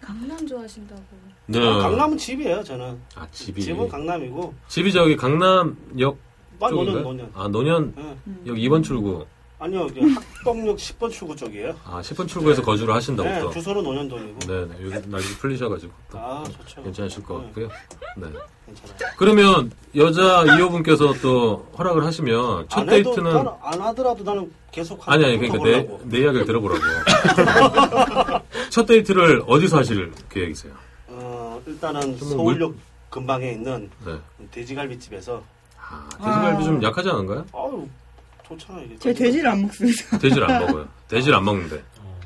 [SPEAKER 6] 강남 좋아하신다고.
[SPEAKER 1] 네.
[SPEAKER 4] 아, 강남은 집이에요 저는.
[SPEAKER 1] 아, 집이.
[SPEAKER 4] 집은 강남이고
[SPEAKER 1] 집이 저기 강남역
[SPEAKER 4] 말 노년
[SPEAKER 1] 쪽인가요?
[SPEAKER 4] 노년.
[SPEAKER 1] 아, 노년
[SPEAKER 4] 응.
[SPEAKER 1] 역 2번 출구.
[SPEAKER 4] 아니요 그
[SPEAKER 1] 음.
[SPEAKER 4] 학동역 10번 출구 쪽이에요.
[SPEAKER 1] 아, 10번 출구에서 거주를 하신다고
[SPEAKER 4] 네,
[SPEAKER 1] 또.
[SPEAKER 4] 주소는 노년동이고.
[SPEAKER 1] 그렇죠. 네, 네. 요새 날씨 풀리셔가지고 또
[SPEAKER 4] 아 좋죠.
[SPEAKER 1] 괜찮으실 것
[SPEAKER 4] 네,
[SPEAKER 1] 같고요. 네.
[SPEAKER 4] 괜찮아요.
[SPEAKER 1] 그러면 여자 2호분께서 또 허락을 하시면 첫
[SPEAKER 4] 안 해도
[SPEAKER 1] 데이트는
[SPEAKER 4] 나는 안 하더라도 나는 계속
[SPEAKER 1] 아니 아니 그러니까 내,
[SPEAKER 4] 붙어보려고.
[SPEAKER 1] 내 이야기를 들어보라고. 첫 데이트를 어디서 하실 계획이세요?
[SPEAKER 4] 어, 일단은
[SPEAKER 1] 좀 뭐
[SPEAKER 4] 서울역 근방에 있는
[SPEAKER 1] 네.
[SPEAKER 4] 돼지갈비 집에서
[SPEAKER 1] 아, 돼지갈비 좀 약하지 않은가요?
[SPEAKER 4] 아유 좋잖아 이게.
[SPEAKER 2] 제 돼지를 안 먹습니다.
[SPEAKER 1] 돼지를 안 먹어요. 돼지를 안 먹는데.
[SPEAKER 4] 어.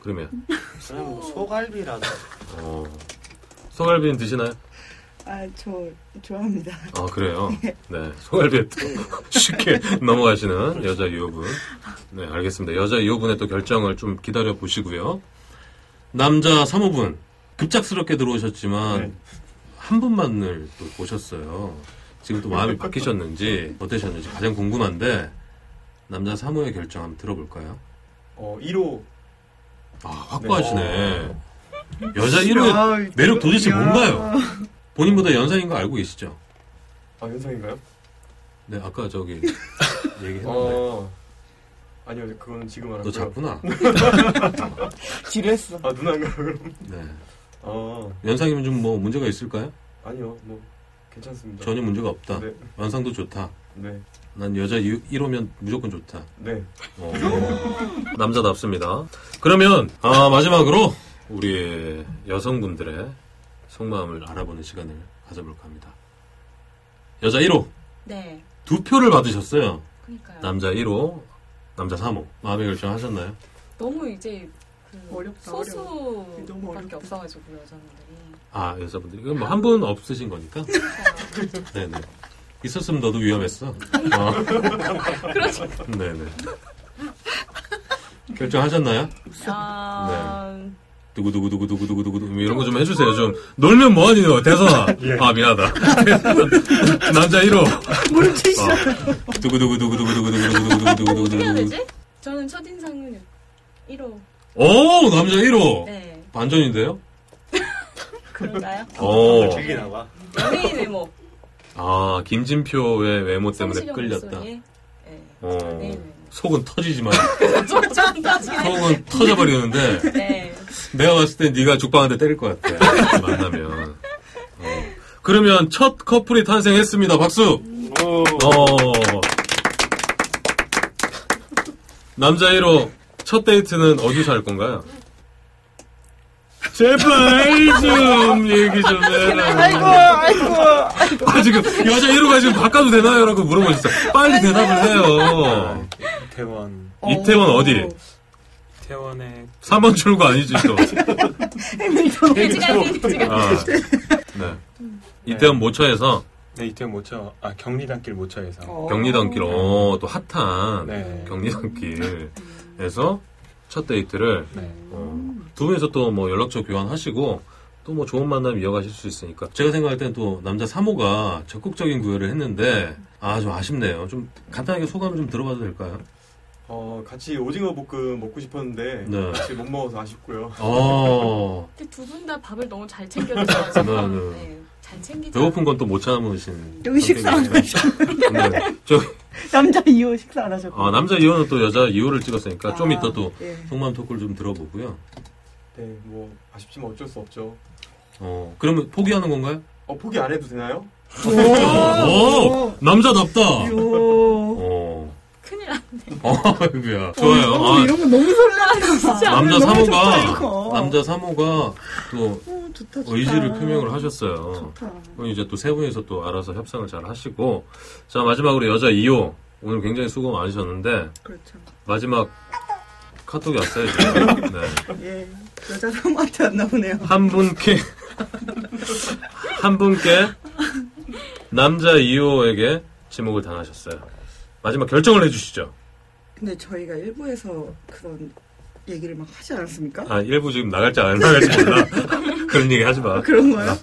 [SPEAKER 1] 그러면
[SPEAKER 4] 그러면 뭐 소갈비라도
[SPEAKER 1] 어, 소갈비는 드시나요?
[SPEAKER 2] 아, 저 좋아합니다.
[SPEAKER 1] 아 그래요. 네 소갈비에 또 쉽게 넘어가시는 여자 유호분. 네 알겠습니다. 여자 유호분의 또 결정을 좀 기다려 보시고요. 남자 3호분 급작스럽게 들어오셨지만 한 분만을 또 보셨어요. 지금 또 마음이 바뀌셨는지 어떠셨는지 가장 궁금한데 남자 3호의 결정 한번 들어볼까요?
[SPEAKER 7] 어, 1호
[SPEAKER 1] 아 확고하시네. 여자 1호의
[SPEAKER 2] 아,
[SPEAKER 1] 매력 도대체
[SPEAKER 2] 야.
[SPEAKER 1] 뭔가요? 본인보다 연상인 거 알고 계시죠?
[SPEAKER 7] 아 현상인가요?
[SPEAKER 1] 네 아까 저기 얘기했는데.
[SPEAKER 7] 어 아니요 그거는 지금
[SPEAKER 1] 너
[SPEAKER 7] 알았고요.
[SPEAKER 1] 작구나.
[SPEAKER 2] 지렸어.
[SPEAKER 7] 아 누나인가요 그럼?
[SPEAKER 1] 네.
[SPEAKER 7] 어
[SPEAKER 1] 연상이면 좀 뭐 문제가 있을까요?
[SPEAKER 7] 아니요 뭐 괜찮습니다.
[SPEAKER 1] 전혀 문제가 없다.
[SPEAKER 7] 네,
[SPEAKER 1] 완상도 좋다.
[SPEAKER 7] 네,
[SPEAKER 1] 난 여자 1호면 무조건 좋다.
[SPEAKER 7] 네.
[SPEAKER 1] 어, 남자답습니다. 그러면 아, 마지막으로 우리 여성분들의 속마음을 알아보는 시간을 가져볼까 합니다. 여자 1호
[SPEAKER 5] 네,
[SPEAKER 1] 두 표를 받으셨어요.
[SPEAKER 5] 그러니까요.
[SPEAKER 1] 남자 1호, 남자 3호. 마음의 결정하셨나요?
[SPEAKER 6] 너무 이제 그
[SPEAKER 2] 어렵다, 너무
[SPEAKER 6] 소수밖에
[SPEAKER 2] 어렵다.
[SPEAKER 6] 없어가지고 여자분들이.
[SPEAKER 1] 아 여자분들 이건 뭐 한 분 없으신 거니까. 네네. 있었으면 너도 위험했어. 어. 네네. 결정하셨나요?
[SPEAKER 6] 아,
[SPEAKER 1] 네. 두구두구두구두구두구두구 이런 거 좀 해주세요. 좀 놀면 뭐하니 너 대선아. 아 미안하다. 남자 1호.
[SPEAKER 2] 무릎 치시죠.
[SPEAKER 6] 어떻게 해야
[SPEAKER 1] 두구두구두구두구두구두구두구두구두구. 어?
[SPEAKER 6] 되지? 저는 첫인상은 1호.
[SPEAKER 1] 오 남자 1호.
[SPEAKER 6] 네,
[SPEAKER 1] 반전인데요?
[SPEAKER 6] 그런가요?
[SPEAKER 1] 오.
[SPEAKER 4] 즐기나 봐.
[SPEAKER 6] 연예인 외모.
[SPEAKER 1] 아 김진표의 외모 때문에
[SPEAKER 6] 성시경
[SPEAKER 1] 끌렸다.
[SPEAKER 6] 목소리에. 네,
[SPEAKER 1] 어.
[SPEAKER 6] 연예인 외모.
[SPEAKER 1] 속은 터지지만
[SPEAKER 2] 아,
[SPEAKER 6] 좀 따지네.
[SPEAKER 1] 속은 터져버리는데
[SPEAKER 6] 네.
[SPEAKER 1] 내가 봤을 땐 네가 죽방한테 때릴 것 같아. 만나면. 어. 그러면 첫 커플이 탄생했습니다. 박수. 어. 남자 1호 첫 데이트는 어디서 할 건가요? 제발 좀 얘기 좀
[SPEAKER 2] 아이고,
[SPEAKER 1] 해라.
[SPEAKER 2] 아이고.
[SPEAKER 1] 아, 지금 여자 1호가 지금 바꿔도 되나요? 라고 물어보셨어요. 빨리 대답을 해요.
[SPEAKER 3] 이태원.
[SPEAKER 1] 이태원 어디?
[SPEAKER 3] 이태원에
[SPEAKER 1] 3번 출구 아니지 또.
[SPEAKER 6] 돼지갈비, 돼지갈비.
[SPEAKER 1] 아, 네. 이태원 모처에서
[SPEAKER 3] 네 이태원 모처 아 경리단길 모처에서
[SPEAKER 2] 어.
[SPEAKER 1] 경리단길, 어, 또 핫한
[SPEAKER 3] 네.
[SPEAKER 1] 경리단길에서 첫 데이트를
[SPEAKER 3] 네.
[SPEAKER 1] 어, 두 분이서 또 뭐 연락처 교환하시고 또 뭐 좋은 만남 이어가실 수 있으니까 제가 생각할 때는 또 남자 3호가 적극적인 구애를 했는데 아 좀 아쉽네요. 좀 간단하게 소감 좀 들어봐도 될까요?
[SPEAKER 7] 어 같이 오징어 볶음 먹고 싶었는데
[SPEAKER 1] 네.
[SPEAKER 7] 같이 못 먹어서 아쉽고요.
[SPEAKER 1] 어
[SPEAKER 6] 근데 두 분 다 밥을 너무 잘
[SPEAKER 1] 네,
[SPEAKER 6] 챙겨주셔가지고.
[SPEAKER 1] 네.
[SPEAKER 6] 네, 잘 챙기죠.
[SPEAKER 1] 배고픈 건 또 못 참으신
[SPEAKER 2] 여기 식사 안
[SPEAKER 1] 네. 저,
[SPEAKER 2] 남자 2호 식사 안 하셨고.
[SPEAKER 1] 아, 남자 2호는 또 여자 2호를 찍었으니까 좀
[SPEAKER 2] 아,
[SPEAKER 1] 이따 또
[SPEAKER 2] 예.
[SPEAKER 1] 속마음 토크를 좀 들어보고요.
[SPEAKER 7] 네, 뭐 아쉽지만 어쩔 수 없죠.
[SPEAKER 1] 어 그러면 포기하는 건가요?
[SPEAKER 7] 어 포기
[SPEAKER 1] 아,
[SPEAKER 7] 안 해도 되나요?
[SPEAKER 1] 오, 남자답다.
[SPEAKER 2] 요.
[SPEAKER 1] 어,
[SPEAKER 6] 큰일 났네.
[SPEAKER 1] 어이구야. 좋아요.
[SPEAKER 2] 너무
[SPEAKER 1] 아,
[SPEAKER 2] 이런 거 너무 설레한다.
[SPEAKER 6] 진짜.
[SPEAKER 1] 남자
[SPEAKER 2] 너무
[SPEAKER 1] 3호가
[SPEAKER 2] 좋다, 이거.
[SPEAKER 1] 남자 3호가 또
[SPEAKER 2] 어, 좋다, 좋다.
[SPEAKER 1] 의지를 표명을 하셨어요.
[SPEAKER 2] 좋다.
[SPEAKER 1] 그럼 이제 또 세 분이서 또 알아서 협상을 잘 하시고 자 마지막으로 여자 2호 오늘 굉장히 수고 많으셨는데
[SPEAKER 2] 그렇죠.
[SPEAKER 1] 마지막 카톡이 왔어요. 지금. 네.
[SPEAKER 2] 예. 여자 사모한테 왔나 보네요.
[SPEAKER 1] 한 분께 한 분께 남자 E 2호에게 지목을 당하셨어요. 마지막 결정을 해주시죠.
[SPEAKER 2] 근데 저희가 일부에서 그런 얘기를 막 하지 않았습니까?
[SPEAKER 1] 아 일부 지금 나갈지 안 나갈지 몰라. 아, 그런 얘기 하지 마.
[SPEAKER 2] 그런 거요? 어,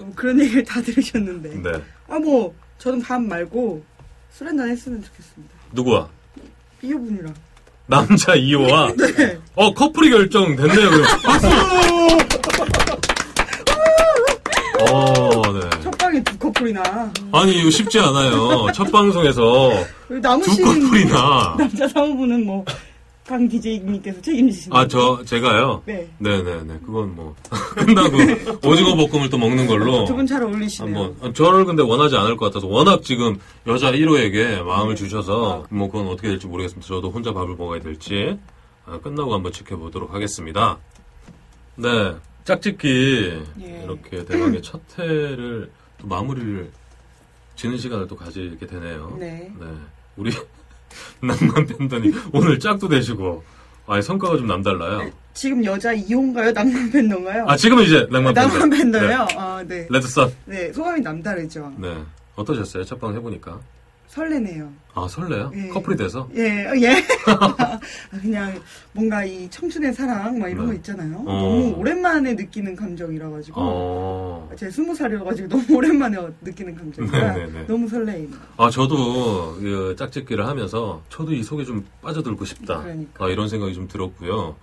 [SPEAKER 2] 뭐 그런 얘기를 다 들으셨는데.
[SPEAKER 1] 네
[SPEAKER 2] 아, 뭐, 저는 밥 말고 술 한잔 했으면 좋겠습니다.
[SPEAKER 1] 누구와
[SPEAKER 2] 이호분이랑.
[SPEAKER 1] 남자 2호와
[SPEAKER 2] 네.
[SPEAKER 1] 어 커플이 결정됐네요. 그럼. 박수. 어, 네.
[SPEAKER 2] 첫 방에 두 커플이나.
[SPEAKER 1] 아니 이거 쉽지 않아요. 첫 방송에서
[SPEAKER 2] 그리고
[SPEAKER 1] 두
[SPEAKER 2] 남으신
[SPEAKER 1] 커플이나
[SPEAKER 2] 남자 사모분은 뭐, 강 DJ님께서 책임지시는.
[SPEAKER 1] 아 저 제가요.
[SPEAKER 2] 네.
[SPEAKER 1] 네네네 그건 뭐 끝나고 오징어 볶음을 또 먹는 걸로
[SPEAKER 2] 아, 두 분 잘 어울리시네요.
[SPEAKER 1] 한번 아, 저를 근데 원하지 않을 것 같아서 워낙 지금 여자 1호에게 마음을
[SPEAKER 2] 아.
[SPEAKER 1] 주셔서 뭐 그건 어떻게 될지 모르겠습니다. 저도 혼자 밥을 먹어야 될지 아, 끝나고 한번 지켜보도록 하겠습니다. 네 짝짓기
[SPEAKER 2] 예.
[SPEAKER 1] 이렇게 대망의 첫 회를 또 마무리를 지는 시간을 또 가지게 되네요.
[SPEAKER 2] 네.
[SPEAKER 1] 우리 낭만 팬더님 오늘 짝도 되시고 아니 성과가 좀
[SPEAKER 2] 네.
[SPEAKER 1] 남달라요.
[SPEAKER 2] 지금 여자 이혼가요? 낭만 밴더인가요?
[SPEAKER 1] 아 지금은 이제 낭만 팬더.
[SPEAKER 2] 낭만 밴더요?
[SPEAKER 1] 네.
[SPEAKER 2] 아, 네.
[SPEAKER 1] 레드썬.
[SPEAKER 2] 네, 소감이 남다르죠.
[SPEAKER 1] 네 어떠셨어요? 첫 방 해보니까.
[SPEAKER 2] 설레네요.
[SPEAKER 1] 아 설레요?
[SPEAKER 2] 예.
[SPEAKER 1] 커플이 돼서?
[SPEAKER 2] 예, 어, 예. 아, 그냥 뭔가 이 청춘의 사랑 막 이런
[SPEAKER 1] 네.
[SPEAKER 2] 거 있잖아요.
[SPEAKER 1] 어.
[SPEAKER 2] 너무 오랜만에 느끼는 감정이라 가지고
[SPEAKER 1] 어.
[SPEAKER 2] 제 스무 살이라 가지고 너무 오랜만에 느끼는 감정이라
[SPEAKER 1] 네네네.
[SPEAKER 2] 너무 설레임.
[SPEAKER 1] 아 저도 그 짝짓기를 하면서 저도 이 속에 좀 빠져들고 싶다.
[SPEAKER 2] 그러니까.
[SPEAKER 1] 아, 이런 생각이 좀 들었고요.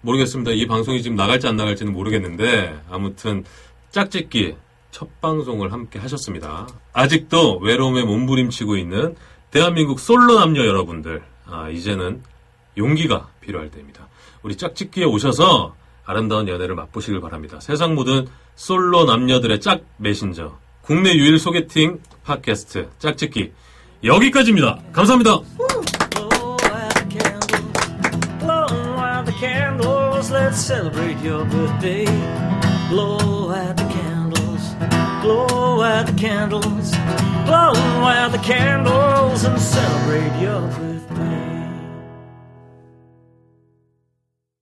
[SPEAKER 1] 모르겠습니다. 이 방송이 지금 나갈지 안 나갈지는 모르겠는데 아무튼 짝짓기 첫 방송을 함께 하셨습니다. 아직도 외로움에 몸부림치고 있는 대한민국 솔로 남녀 여러분들 아, 이제는 용기가 필요할 때입니다. 우리 짝짓기에 오셔서 아름다운 연애를 맛보시길 바랍니다. 세상 모든 솔로 남녀들의 짝 메신저 국내 유일 소개팅 팟캐스트 짝짓기 여기까지입니다. 감사합니다.
[SPEAKER 10] Blow out the candles, blow out the candles, let's celebrate your birthday. Blow out the candles, blow out the candles, blow out the candles, and celebrate your birthday.